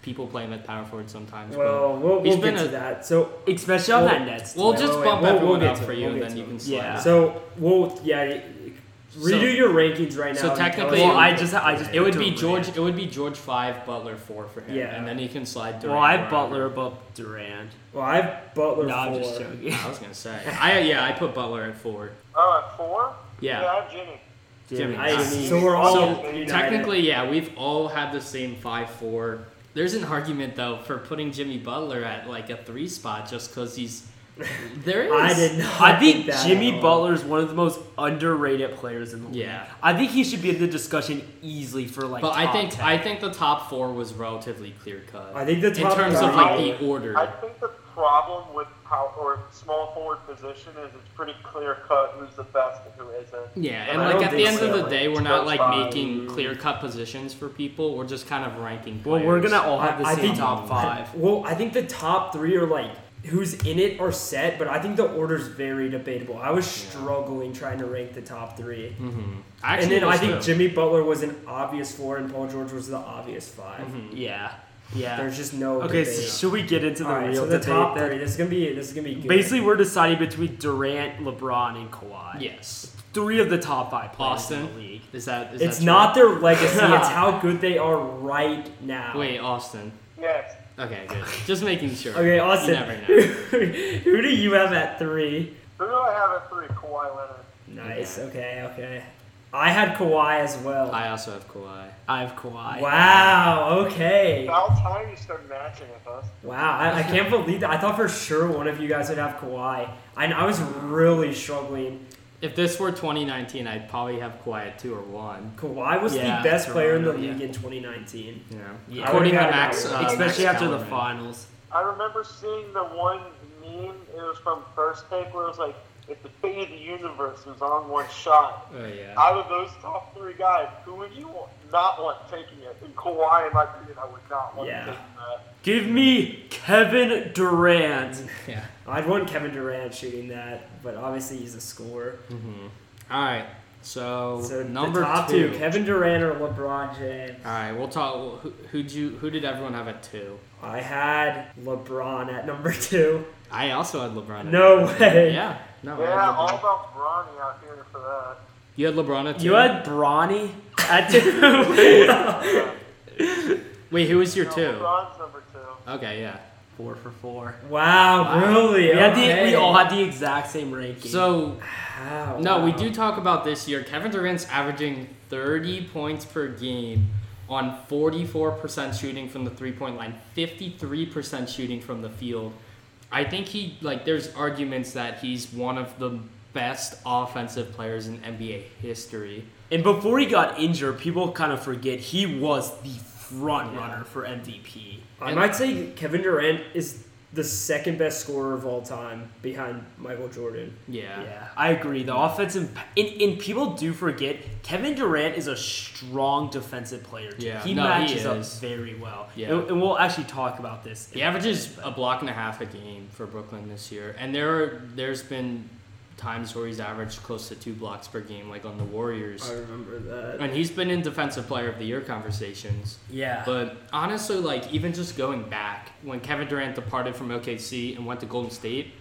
C: people play him at power forward sometimes. but-
E: Well, we'll,
C: He's
E: we'll
C: been
E: get
C: a-
E: to that. So,
A: Especially on
E: Well,
A: that Nets.
C: We'll
A: team.
C: just
E: wait, wait,
C: bump
E: we'll-
C: everyone
E: we'll get
C: up
E: to
C: for
E: it,
C: you,
E: we'll
C: and
E: get
C: then
E: to
C: you
E: it.
C: can slide.
A: Yeah.
C: it.
E: so we'll yeah. Redo
C: So-
E: your rankings right now.
C: so
E: and tell us
C: technically-
E: who
A: Well, I
E: you
A: just
E: think.
A: I just
C: It would be
A: Durant.
C: George. It would be George five, Butler four for him,
E: Yeah.
C: and then you can slide. Durant
A: Well, I have
C: wherever.
A: Butler above Durant.
E: Well, I have Butler
A: No, I'm
E: four.
A: just joking.
C: I was gonna say. I yeah, I put Butler at four.
D: Oh, at four?
C: Yeah.
D: Yeah, I have Jimmy.
A: Jimmy. Ah,
E: I-
C: Jimmy.
E: so we're all
C: So,
E: united.
C: Technically, yeah, we've all had the same five four. There's an argument though for putting Jimmy Butler at like a three spot just because
E: *laughs*
C: he's there is.
E: I did not.
A: I think
E: that
A: Jimmy
E: at all.
A: Butler is one of the most underrated players in the league.
C: Yeah.
A: I think he should be in the discussion easily for like.
C: But I
A: top
C: think
A: 10.
C: I think the top four was relatively clear cut.
E: I think the
C: in
E: top
C: terms of
E: three-
C: like the order.
D: I think the problem with power or small forward position is it's pretty clear cut who's the best and who isn't.
C: Yeah, and
D: I
C: like
E: don't
C: at the
E: think
C: end of
E: so.
C: the day, we're not like
D: Top five.
C: making clear cut positions for people. We're just kind of ranking.
A: Well,
C: Players.
A: we're gonna all have the
E: I- I
A: same
E: think-
A: top five.
E: Well, I think the top three are like who's in it are set, but I think the order's very debatable. I was
C: Yeah.
E: struggling trying to rank the top three.
C: Mm-hmm. Actually,
E: and then I
C: was
E: think
C: too.
E: Jimmy Butler was an obvious four, and Paul George was the obvious 5
C: Mhm.
A: Yeah, yeah.
E: There's just no
A: Okay,
E: debate.
A: so should we get into the
E: All right,
A: real
E: so the
A: debate
E: top
A: then?
E: three. This is gonna be this is gonna be good.
A: Basically, we're deciding between Durant, LeBron, and Kawhi.
C: Yes.
A: Three of the top five players in the
C: Austin.
A: league.
C: Is that? Is
E: it's
C: that
E: not their legacy;
A: *laughs*
E: it's how good they are right now.
C: True? Wait, Austin.
D: Yes.
C: Okay,
A: *laughs*
C: good. Just making sure.
E: Okay, Austin.
C: You
E: *laughs*
C: never know.
E: who do you have at three?
D: Who do I have at three? Kawhi Leonard.
E: Nice. Okay. Okay. I had Kawhi as well.
C: I also have Kawhi.
A: I have Kawhi.
E: Wow. Okay.
D: About time you start matching with us.
E: Wow. I, I can't believe that. I thought for sure one of you guys would have Kawhi, and I was really struggling.
C: If this were 2019, I'd probably have Kawhi at two or one.
E: Kawhi was
A: Yeah,
E: the best player in the
A: Toronto, yeah.
E: league in 2019.
C: You know,
A: Yeah.
C: according to
E: I would've
C: Max,
E: gotten
C: uh,
E: that.
A: Especially
C: Max
A: after the
C: Kellerman.
A: finals.
D: I remember seeing the one meme. It was from First Take where it was like, if the fate of the universe was on one shot,
C: Oh yeah.
D: out of those top three guys, who would you want, not want taking it? And Kawhi, in my opinion, I would not want
E: Yeah.
D: taking that.
A: Give me Kevin
C: *laughs*
A: Durant.
C: Yeah.
E: I'd want Kevin Durant shooting that, but obviously he's a scorer.
C: Mm-hmm. All right. So,
E: So
C: number
E: the top
C: two.
E: two. Kevin Durant or LeBron James.
C: All right, we'll talk. Who who'd you? Who did everyone have at two?
E: I had LeBron at
A: *laughs*
E: number two.
C: I also had LeBron. At
E: No way.
C: Yeah. No. I had
D: Yeah,
C: LeBron.
D: all about Bronny out here for that.
C: You had LeBron at two.
A: You had Bronny at two.
D: Yeah.
C: Wait, who was your
D: No,
C: two?
D: LeBron's number two.
C: Okay, yeah.
A: *laughs* four for four.
E: Wow,
C: Wow.
E: Really?
A: We, had the,
E: Okay.
A: we all had the exact same ranking.
C: So
E: Wow,
C: no, we
E: wow.
C: do talk about this year. Kevin Durant's averaging 30 points per game on 44% shooting from the three-point line, 53% shooting from the field. I think he like there's arguments that he's one of the best offensive players in NBA history.
A: and before he got injured, people kind of forget he was the front runner for MVP.
E: I
C: And-
E: might say Kevin Durant is the second best scorer of all time behind Michael Jordan.
C: Yeah.
A: Yeah, I agree. The offensive and, and people do forget Kevin Durant is a strong defensive player. Too.
C: Yeah.
A: he
C: No, he
A: matches up
C: is.
A: very well.
C: Yeah.
A: and, and we'll actually talk about this.
C: He averages a block and a half a game for Brooklyn this year, and there are, there's been times where he's averaged close to two blocks per game, like on the Warriors.
E: I remember that.
C: And he's been in defensive player of the year conversations.
A: Yeah,
C: But honestly, like even just going back when Kevin Durant departed from OKC and went to Golden State,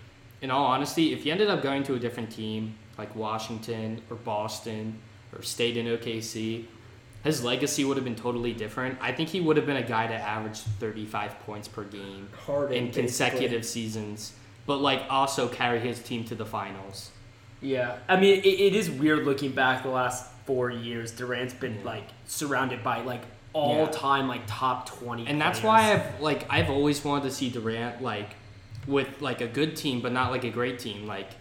C: in all honesty, if he ended up going to a different team like Washington or Boston or stayed in OKC, his legacy would have been totally different. I think he would have been a guy to average 35 points per game
E: Harden
C: in
E: basically.
C: consecutive seasons, but like also carry his team to the finals.
A: yeah. I mean, it, it is weird looking back the last four years. Durant's been
C: Yeah.
A: like surrounded by like all time like top twenty,
C: And that's why
A: players.
C: I've like I've always wanted to see Durant like with like a good team, but not like a great team. Like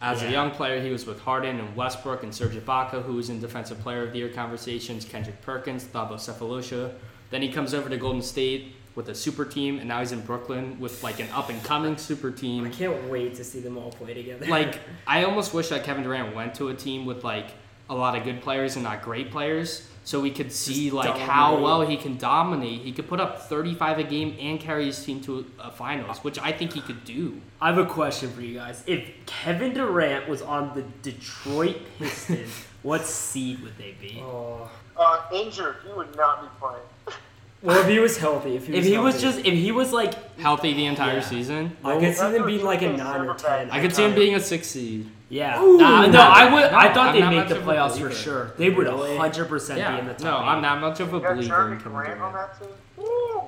C: as
A: Yeah.
C: a young player, he was with Harden and Westbrook and Serge Ibaka, who was in Defensive Player of the Year conversations, Kendrick Perkins, Thabo Cephalosha. Then he comes over to Golden State with a super team, and now he's in Brooklyn with like an up and coming super
E: I
C: team.
E: can't wait to see them all play together.
C: Like I almost wish that Kevin Durant went to a team with like a lot of good players and not great players. So we could see
E: Just
C: like how
E: dominate.
C: well he can dominate. He could put up 35 a game and carry his team to a finals, which I think he could do.
A: I have a question for you guys. If Kevin Durant was on the Detroit
C: *laughs*
A: Pistons, what seed would they be?
E: oh.
D: Uh, injured, he would not be playing.
E: well, if he was healthy, if he was,
A: if he was
E: healthy.
A: just, if he was like,
C: Healthy the entire
A: Yeah.
C: season.
E: I could see them being like a nine or ten.
C: I could see him being a six seed.
A: yeah,
E: Ooh.
A: Nah, no,
E: Not-
A: I would. I
C: no,
A: thought
C: I'm
A: they'd
C: not
A: make
C: much
A: the
C: of a
A: playoffs for
C: believer.
A: sure. They would
E: Really?
A: hundred percent be
C: Yeah,
A: in the top.
C: no, I'm not much of a
D: You got
C: believer in
D: Jeremy
C: Kevin
D: Grant on
C: Durant.
D: that team? Woo!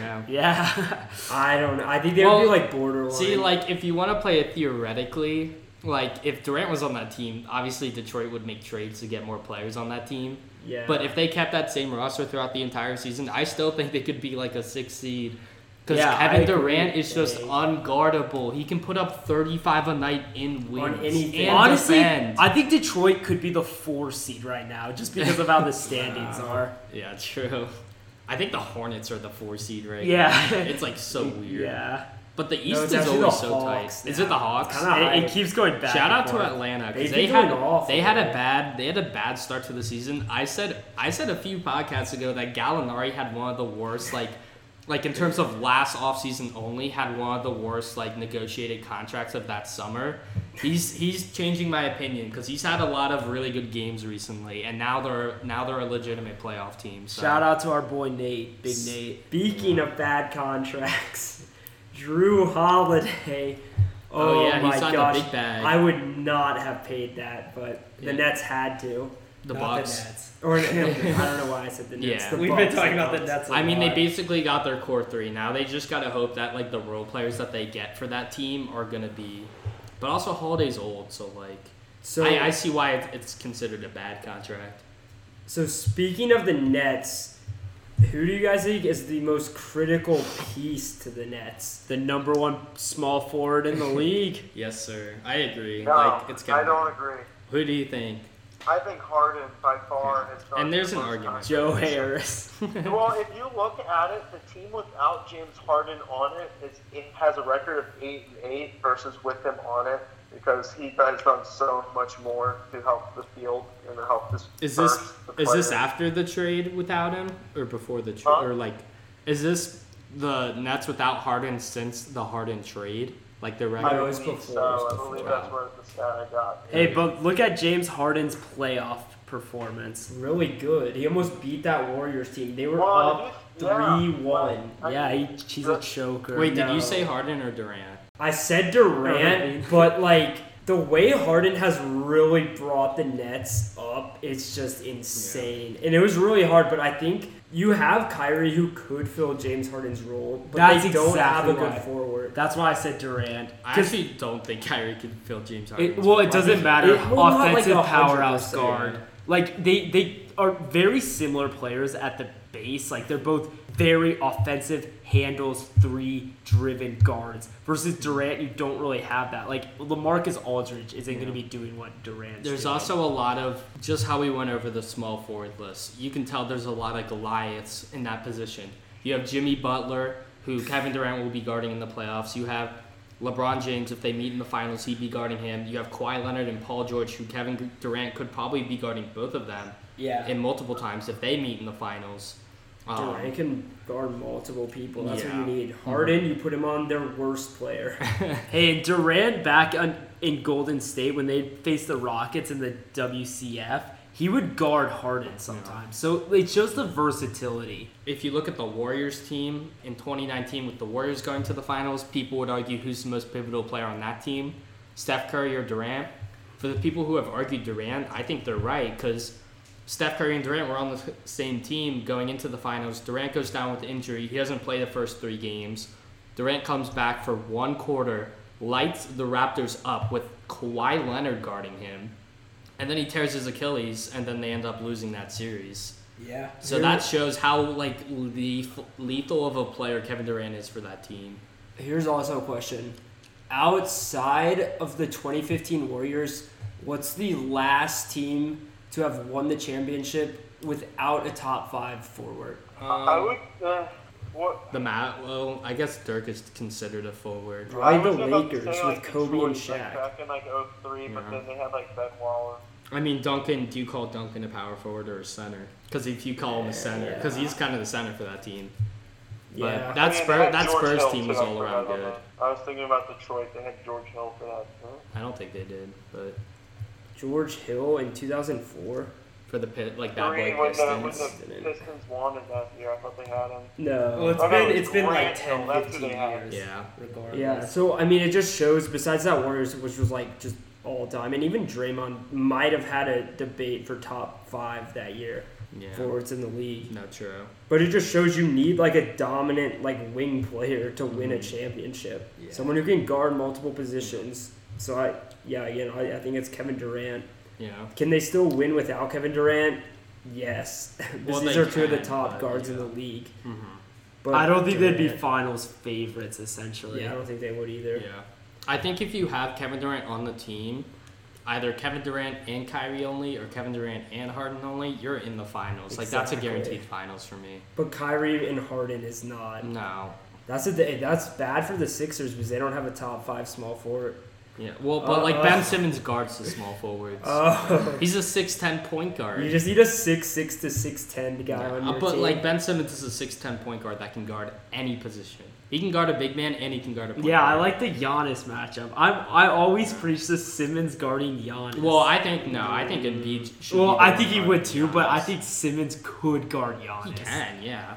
C: No. *laughs*
A: Yeah,
E: I don't know. I think they would be
C: Well,
E: like borderline.
C: See, like if you want to play it theoretically, like if Durant was on that team, obviously Detroit would make trades to get more players on that team.
E: yeah.
C: But if they kept that same roster throughout the entire season, I still think they could be like a six seed. Because
A: Yeah, I
C: Kevin
A: agree.
C: Durant is just
E: Yeah.
C: unguardable. He can put up 35 a night
A: *laughs*
C: in wins.
E: anything.
C: And
A: honestly,
C: defend.
A: I think Detroit could be the four seed right now just because of how
C: *laughs*
A: the standings are.
C: yeah, true. I think the Hornets are the four seed right
A: Yeah.
C: now. It's like so weird.
A: *laughs* Yeah,
C: But the
E: it's
C: East is
E: actually the
C: always so
E: Hawks
C: tight. Is it
E: now.
C: the Hawks?
E: Kinda
A: it, it keeps going back.
C: Shout
A: and
C: out to
A: forth.
C: Atlanta
E: They've
C: because they
E: been
C: had
E: doing awful,
C: they had a
E: man.
C: bad they had a bad start to the season. I said I said a few podcasts ago that Gallinari had one of the worst like like in terms of last offseason only had one of the worst like negotiated contracts of that summer. He's he's changing my opinion because he's had a lot of really good games recently, and now they're now they're a legitimate playoff team. So.
A: Shout out to our boy Nate, Big Nate.
E: Speaking of bad contracts, *laughs* Drew Holiday.
C: Oh,
E: Oh,
C: yeah, he
E: my
C: signed a
E: gosh.
C: big bag.
E: I would not have paid that, but the
C: Yeah.
E: Nets had to.
C: the
E: Not
C: Bucks.
E: Nets. Or I don't know why I said the Nets.
C: Yeah.
E: The
C: We've
E: Bucks, Bucks.
A: Nets.
C: I mean, they basically got their core three. Now they just gotta hope that like the role players that they get for that team are gonna be. But also, Holiday's old, so like,
E: So
C: I, I see why it, it's considered a bad contract.
E: So speaking of the Nets, who do you guys think is the most critical piece to the Nets?
A: the number one small forward in the league.
C: Yes, sir. I agree.
D: No,
C: like, it's
D: I
C: Kevin.
D: don't agree.
C: Who do you think?
D: I think Harden by far is not
C: And there's an
D: the first
C: argument.
A: Joe
C: *laughs*
A: Harris.
D: time. Well, if you look at it, the team without James Harden on it is it has a record of eight and eight versus with him on it because he has done so much more to help the field and to help this.
C: Is this
D: the
C: is this
D: players.
C: after the trade without him or before the trade
D: Huh?
C: or like, is this the Nets without Harden since the Harden trade? Like their
D: I
E: it
C: record.
E: was
D: believe
E: before,
D: so.
E: it was
D: I believe
C: before.
D: that's where the stat I got.
A: hey, but look at James Harden's playoff performance.
E: Really good. He almost beat that Warriors team. They were
D: Well,
E: up
D: if you- yeah,
E: three one.
D: I
A: Yeah, he,
D: mean,
A: he's a choker.
C: Wait, did
E: No.
C: you say Harden or Durant?
E: I said
A: Irving.
E: *laughs* Durant, but like the way Harden has really brought the Nets up, it's just insane. And it was really hard, but I think you have Kyrie who could fill James Harden's role, but
A: That's
E: they don't
A: exactly
E: have a
A: why.
E: good forward.
A: That's why I said Durant.
C: I actually don't think *laughs* Kyrie can fill James Harden.
A: It, well, it doesn't matter.
E: It- well, not like
A: Offensive
E: 100%.
A: powerhouse guard. Like they they are very similar players at the base. Like they're both very offensive handles, three driven guards. Versus Durant, you don't really have that. Like LaMarcus Aldridge isn't going to be doing what Durant's
C: There's
A: doing.
C: also a lot of just how we went over the small forward list. You can tell there's a lot of Goliaths in that position. You have Jimmy Butler, who Kevin Durant will be guarding in the playoffs. You have LeBron James, if they meet in the finals, he'd be guarding him. You have Kawhi Leonard and Paul George, who Kevin Durant could probably be guarding both of them
E: Yeah.
C: in multiple times if they meet in the finals. Um,
E: Durant can guard multiple people. That's
C: Yeah.
E: what you need. Harden, you put him on their worst *laughs* player.
A: Hey, and Durant back on, in Golden State when they faced the Rockets in the WCF, he would guard Harden sometimes. So it shows the versatility.
C: If you look at the Warriors team in 2019 with the Warriors going to the finals, people would argue who's the most pivotal player on that team, Steph Curry or Durant. For the people who have argued Durant, I think they're right because Steph Curry and Durant were on the same team going into the finals. Durant goes down with injury. He doesn't play the first three games. Durant comes back for one quarter, lights the Raptors up with Kawhi Leonard guarding him, and then he tears his Achilles, and then they end up losing that series.
E: Yeah.
C: So that shows how like lethal, lethal of a player Kevin Durant is for that team.
E: Here's also a question. Outside of the 2015 Warriors, what's the last team to have won the championship without a top five forward? Um,
D: I would. Uh, what
C: The Matt, well, I guess Dirk is considered a forward.
D: I
E: Probably
D: was
E: the
D: about to
E: Lakers
D: say,
E: with
D: like,
E: Kobe
D: Detroit,
E: and
D: like,
E: Shaq.
D: back in like 03,
C: Yeah.
D: but then they had like Ben Wallace.
C: I mean, Duncan. Do you call Duncan a power forward or a center? Because if you call him a center, because he's kind of the center for that team. But
E: Yeah.
C: that
D: I mean,
C: Spurs,
D: they had
C: that
D: George
C: Spurs
D: Hill,
C: team
D: too,
C: was
D: I
C: all around
D: forgot
C: good.
D: about that. I was thinking about Detroit. They had George Hill for that. Huh?
C: I don't think they did, but
E: George Hill in 2004?
C: for the pit, like that
D: Three
C: boy
D: when the, when
C: Pistons.
D: the Pistons won in that year. I thought they had him.
E: No.
A: Well, it's
D: Oh, no,
A: been
D: it's
A: it's been like
D: Durant,
A: 10,
D: though. That's who
A: 15
D: they have.
A: years.
C: Yeah.
A: Regardless.
E: Yeah, so I mean, it just shows. Besides that Warriors, which was like just all time, and even Draymond might have had a debate for top five that year
C: Yeah.
E: forwards in the league.
C: Not true.
E: But it just shows you need like a dominant like wing player to win a championship.
C: Mm-hmm. Yeah.
E: Someone who can guard multiple positions. So I, yeah, you know, I, I think it's Kevin Durant.
C: You know.
E: Can they still win without Kevin Durant? Yes, *laughs*
C: Well,
E: because these
C: they
E: are two of the
C: can,
E: top
C: but,
E: guards in
C: yeah.
E: the league.
C: Mhm.
E: But
A: I don't think they'd be
E: Durant-
A: finals favorites, essentially.
E: Yeah, I don't think they would either.
C: Yeah. I think if you have Kevin Durant on the team, either Kevin Durant and Kyrie only or Kevin Durant and Harden only, you're in the finals. Like that's a
E: Exactly.
C: guaranteed finals for me.
E: But Kyrie and Harden is not.
C: No.
E: That's a, that's bad for the Sixers because they don't have a top five small forward.
C: Yeah. Well, but
E: Uh,
C: like Ben
E: uh.
C: Simmons guards the small forwards.
E: Oh,
C: *laughs* He's a 6'10 point guard.
E: you just need a six six to six ten guy
C: Yeah,
E: on your
C: but
E: team.
C: like Ben Simmons is a 6'10 point guard that can guard any position. He can guard a big man and he can guard a point
A: Yeah, I
C: guard.
A: like the Giannis matchup. I'm I always preach the Simmons guarding Giannis.
C: Well, I think no. I think Embiid should.
A: well,
C: be
A: I
C: the
A: think he
C: guard,
A: would
C: to be
A: too, but I
C: honest.
A: think Simmons could guard Giannis.
C: He can, yeah.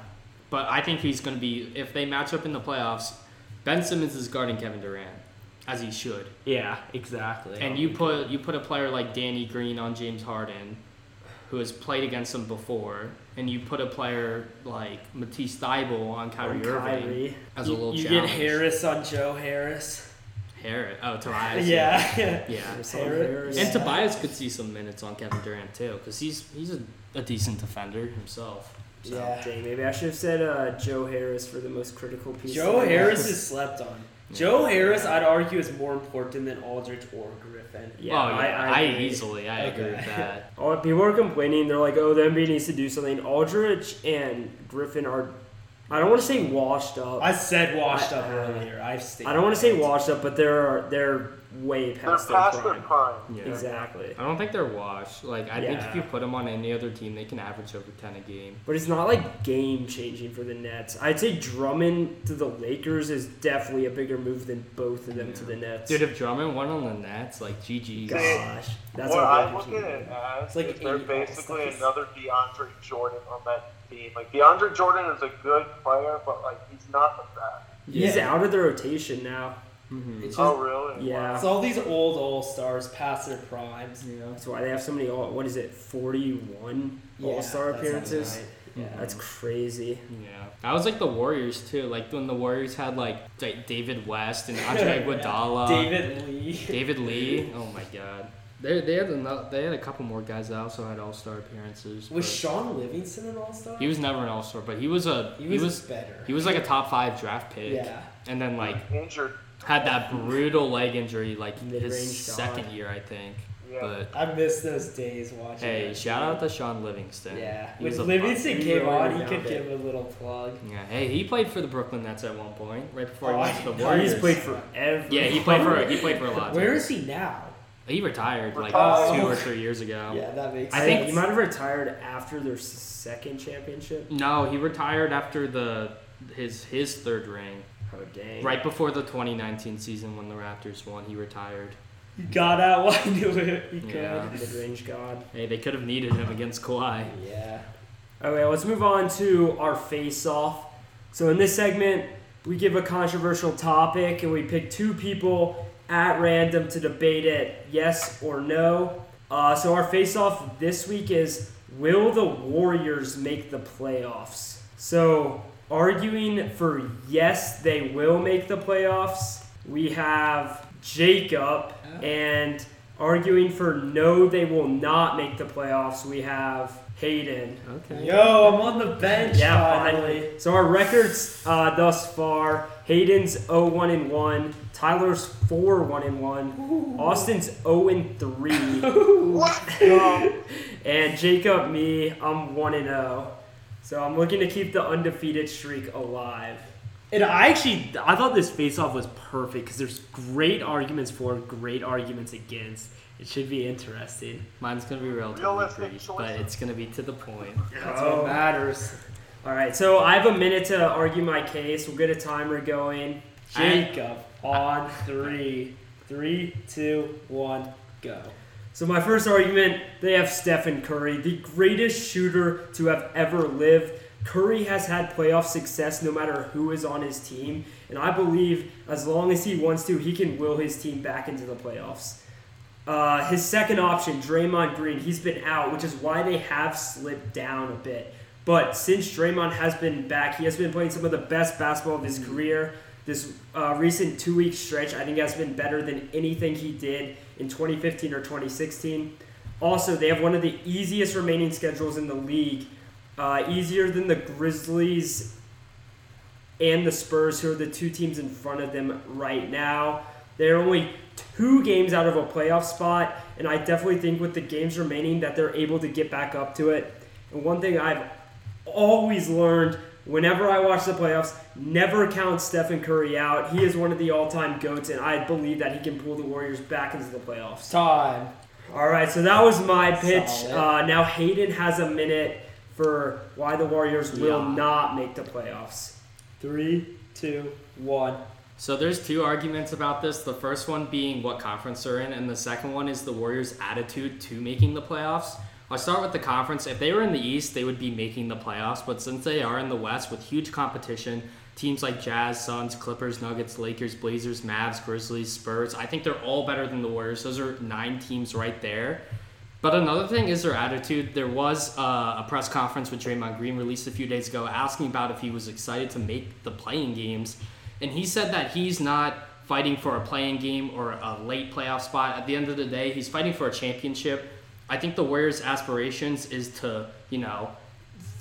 C: But I think he's going to be if they match up in the playoffs. Ben Simmons is guarding Kevin Durant, as he should.
A: Yeah, exactly.
C: And you put you put a player like Danny Green on James Harden, who has played against him before, and you put a player like Matisse Thybulle on Kyrie,
E: On
C: Irving
E: Kyrie.
C: as a little
A: you
C: challenge.
A: get Harris on Joe Harris.
C: Harris. Oh,
A: *laughs*
C: Tobias.
E: *laughs*
A: yeah.
C: Yeah.
E: Harris on
A: Harris.
E: Harris.
C: And Tobias could see some minutes on Kevin Durant too, because he's he's a, a decent defender himself. So.
A: Yeah.
E: Dang, maybe I should have said uh, Joe Harris for the most critical piece.
A: Joe
E: of the-
A: Harris is slept on. Joe Harris, I'd argue, is more important than Aldridge or Griffin.
E: Yeah,
C: oh, yeah. I,
E: agree.
C: easily I agree with that.
E: *laughs* All, people are complaining. They're like, "Oh, the NBA needs to do something." Aldrich and Griffin are. I don't want to say washed up.
A: I said washed up
E: I-
A: earlier. I've stated.
E: I don't want to say
A: that.
E: washed up, but they're they're way
D: They're
E: past
D: past
E: their
D: their
E: prime.
D: prime.
C: Yeah.
E: Exactly.
C: I don't think they're washed. Like I think
E: Yeah.
C: if you put them on any other team, they can average over ten a game.
E: But it's not like game changing for the Nets. I'd say Drummond to the Lakers is definitely a bigger move than both of them to the Nets.
C: Dude, if Drummond won on the Nets, like GG.
D: God.
E: Gosh, that's
D: what
E: a
D: I
E: big
D: look at it as
A: It's like
D: is they're
A: 80 bucks.
D: basically
A: That's-
D: another DeAndre Jordan on that team. Like DeAndre Jordan is a good player, but like he's not the best.
E: He's
A: Yeah.
E: out of the rotation now.
C: Mm-hmm.
A: It's just,
D: Oh really?
E: Yeah,
A: It's all these old all stars past their primes.
C: Yeah.
E: that's why they have so many. All, what is it? Forty-one
A: Yeah,
E: All Star
A: that sounds
E: appearances.
A: right. Yeah.
E: That's crazy.
C: Yeah. That was like the Warriors too. Like when the Warriors had like D- David West and Andre Iguodala,
A: David Lee.
C: David Lee. Oh my God. They they had another, they had a couple more guys that also had All Star appearances.
A: Was
C: but-
A: Sean Livingston an all star?
C: he was never an All Star, but he was a
A: He was,
C: he was
A: better.
C: he was like a top five draft pick.
A: yeah.
C: And then like
D: Injured.
C: had that brutal leg injury like
E: Mid-range
C: his second
E: god.
C: year, I think.
D: Yeah.
C: But
F: I miss those days watching.
C: hey,
F: that
C: shout
F: shit.
C: out to Sean Livingston.
F: Yeah,
C: He
F: when
C: was a
F: Livingston
E: fuck.
F: came
E: He
F: on,
E: really
F: he could
E: nailed it.
F: give a little plug.
C: Yeah, hey, he played for the Brooklyn Nets at one point, right before
F: Oh,
C: he went to
E: *laughs*
F: I
C: the
F: know.
C: Warriors.
E: He's played for every.
C: yeah, he played for he played for a lot.
F: Where is he now?
C: He retired like
D: Oh.
C: two or three years ago.
F: Yeah, that makes.
C: I
E: Um, I
C: think
E: think
F: sense.
E: he might have retired after their s- second championship.
C: No, he retired after the his his third ring,
E: Oh dang!
C: right before the 2019 season when the Raptors won. He retired.
F: he got out *laughs* while he knew it. He could.
C: Yeah.
E: mid-range god.
C: Hey, they could have needed him against Kawhi.
F: Yeah.
E: All right, let's move on to our face-off. So in this segment, we give a controversial topic and we pick two people at random to debate it, yes or no. Uh, so our face-off this week is: Will the Warriors make the playoffs? So arguing for yes, they will make the playoffs. We have Jacob and arguing for no, they will not make the playoffs. We have Hayden.
C: Okay.
F: Yo, I'm on the bench
E: Yeah,
F: finally.
E: finally. So our records uh, thus far: Hayden's 0-1 and 1, Tyler's 4-1 and 1, Austin's 0 and 3,
A: *laughs*
D: *laughs* What? Um,
E: and Jacob, me, I'm 1 and 0. So I'm looking to keep the undefeated streak alive.
A: And I actually, I thought this face-off was perfect because there's great arguments for, great arguments against. It should be interesting.
C: Mine's gonna be relatively
D: Realistic
C: brief,
D: choices.
C: but it's gonna be to the point.
F: That's what matters.
E: All right, so I have a minute to argue my case. We'll get a timer going.
F: Jacob on three. Three, two, one, go.
E: So my first argument, they have Stephen Curry, the greatest shooter to have ever lived. Curry has had playoff success no matter who is on his team, and I believe as long as he wants to, he can will his team back into the playoffs. Uh, his second option, Draymond Green, he's been out, which is why they have slipped down a bit. But since Draymond has been back, he has been playing some of the best basketball of his career. This uh, recent two week stretch, I think, has been better than anything he did in 2015 or 2016. Also, they have one of the easiest remaining schedules in the league, uh, easier than the Grizzlies and the Spurs, who are the two teams in front of them right now. They're only two games out of a playoff spot, and I definitely think with the games remaining that they're able to get back up to it. And one thing I've always learned whenever I watch the playoffs, never count Stephen Curry out. He is one of the all-time goats, and I believe that he can pull the Warriors back into the playoffs.
F: Time.
E: All right, so that was my pitch.
F: Solid.
E: Uh, now Hayden has a minute for why the Warriors will
C: Yeah.
E: not make the playoffs.
F: Three, two, one.
C: So there's two arguments about this. The first one being what conference they're in, and the second one is the Warriors' attitude to making the playoffs. I'll start with the conference. If they were in the East, they would be making the playoffs, but since they are in the West with huge competition, teams like Jazz, Suns, Clippers, Nuggets, Lakers, Blazers, Mavs, Grizzlies, Spurs, I think they're all better than the Warriors. Those are nine teams right there. But another thing is their attitude. There was uh, a press conference with Draymond Green released a few days ago asking about if he was excited to make the playing games. And he said that he's not fighting for a playing game or a late playoff spot. At the end of the day, he's fighting for a championship. I think the Warriors' aspirations is to, you know,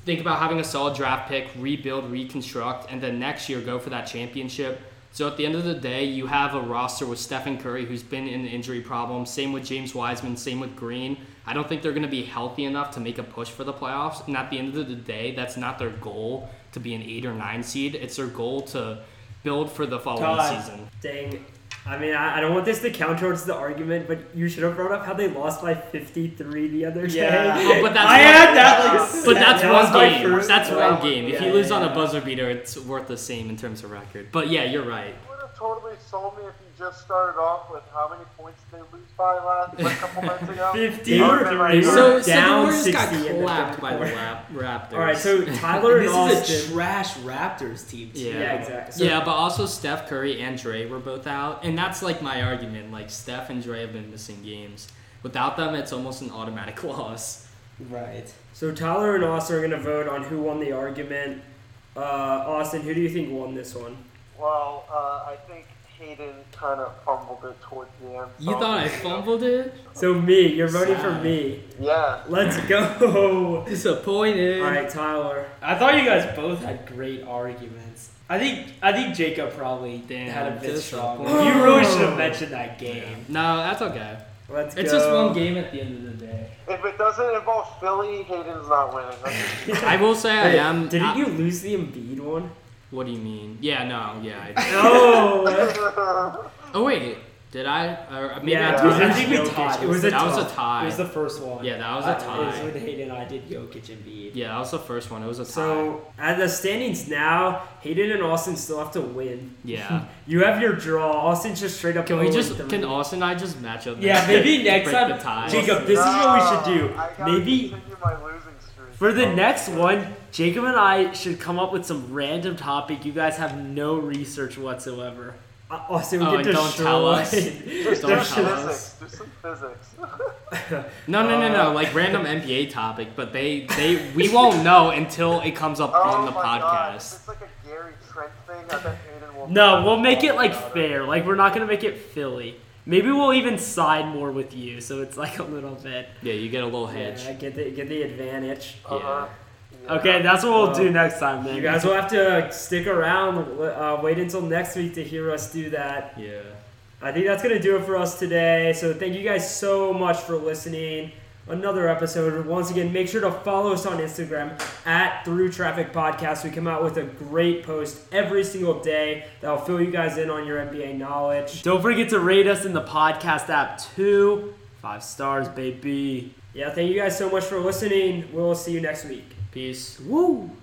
C: think about having a solid draft pick, rebuild, reconstruct, and then next year go for that championship. So at the end of the day, you have a roster with Stephen Curry, who's been in injury problem. Same with James Wiseman. Same with Green. I don't think they're going to be healthy enough to make a push for the playoffs. And at the end of the day, that's not their goal to be an eight or nine seed. It's their goal to build for the following
F: Todd.
C: season.
E: Dang. I mean, I, I don't want this to count towards the argument, but you should have brought up how they lost by 53 the other
F: Yeah. *laughs*
E: day.
C: Oh, but that's
F: I
C: one-
F: had that like.
C: But
F: set
C: that's
E: that was
C: one
E: my
C: game.
E: first
C: That's
E: thought.
C: one game. If
F: Yeah,
C: you lose
F: yeah,
C: on
F: yeah.
C: a buzzer beater, it's worth the same in terms of record. But yeah, you're right.
D: you would have totally sold me if you just started off with how many points did they lose by last like, a couple months ago.
E: 50.
D: I remember I
E: They
D: heard-
E: were
C: So, so the
E: down
C: Warriors got
E: 60 in the
C: clapped
E: third
C: by the
E: quarter.
C: Lap- Raptors.
E: All
F: *laughs*
E: right, so Tyler and
F: This is a
E: Austin.
F: trash Raptors team. too.
E: yeah,
C: Yeah.
E: exactly. So
C: yeah, but also Steph Curry and Dre were both out, and that's like my argument. Like Steph and Dre have been missing games. Without them, it's almost an automatic *laughs* loss.
F: Right.
E: So Tyler and Austin are going to vote on who won the argument. Uh, Austin, who do you think won this one?
D: Well, uh, I think Hayden kind of fumbled it towards the end.
C: You
E: Oh.
D: so,
C: thought I
D: know.
C: fumbled it?
E: So me, you're voting for
C: Sad.
E: me.
D: Yeah.
E: Let's
F: *laughs*
E: go.
C: Disappointed.
E: All right, Tyler.
F: I thought you guys both had great arguments. I think I think Jacob probably
C: Damn,
F: had a bit
C: disappointing.
F: stronger. You really should have mentioned that game.
C: No, that's okay.
E: Let's
C: It's
E: go.
C: just one
E: *laughs*
C: game at the end of the day.
D: If it doesn't involve Philly, Hayden's not winning. That's-
C: I will say I
E: Wait,
C: am.
E: Didn't
C: I-
E: you lose the
C: *laughs*
E: Embiid one?
C: What do you mean? Yeah, no, yeah. I,
E: No.
C: oh wait, did I? Or uh, maybe
E: *laughs* yeah,
C: I
E: it was,
C: did.
E: I think we
F: Jokic.
E: tied. It was a
C: *laughs* that was
E: tie. Uh,
C: a tie.
F: It was the first one.
C: yeah, that was
F: I-
C: a
F: It was
C: tie.
F: with Hayden and I did Jokic and Bede.
C: Yeah, that was the first one. It was a tie.
E: So at the standings now, Hayden and Austin still have to win.
C: yeah.
E: *laughs* You have your draw. Austin's just straight up.
C: Can
D: Oh,
C: we
E: 0
C: just?
E: three.
C: Can Austin and I just match up?
F: Yeah,
C: next
F: maybe
C: to
F: next
C: break
F: time-
C: The tie.
A: Jacob,
E: this is what we should
D: No,
E: do.
D: I gotta
E: Maybe
D: continue my losing streak.
A: For the next one, Jacob and I should come up with some random topic. You guys have no research whatsoever.
E: Uh, Austin
C: Oh,
E: would
C: and
E: get
C: don't tell
E: *laughs*
C: us.
E: destroyed.
D: Just do
C: Don't tell us.
D: physics. Do some physics.
C: No, no, no, no. Like
D: *laughs*
C: random NBA topic, but they, they, we won't know until it comes up
D: Oh
C: on the
D: my God. If
C: podcast.
D: It's like a Gary Trent thing. I bet Hayden will.
A: No, we'll make it like
D: About
A: fair. Like we're not gonna make it Philly. Maybe we'll even side more with you, so it's like a little bit.
C: Yeah, you get a little hedge.
E: Oh, yeah, get the get the advantage.
D: Uh-huh. Yeah.
A: Okay, that's what we'll do
E: Well,
A: next time, man.
E: You guys will have to stick around. Uh, wait until next week to hear us do that.
C: Yeah.
E: I think that's gonna do it for us today. So thank you guys so much for listening. Another episode. Once again, make sure to follow us on Instagram at Through Traffic Podcast. We come out with a great post every single day that'll fill you guys in on your NBA knowledge.
A: Don't forget to rate us in the podcast app too. Five stars, baby.
E: Yeah, thank you guys so much for listening. We'll see you next week.
C: Peace.
A: Woo!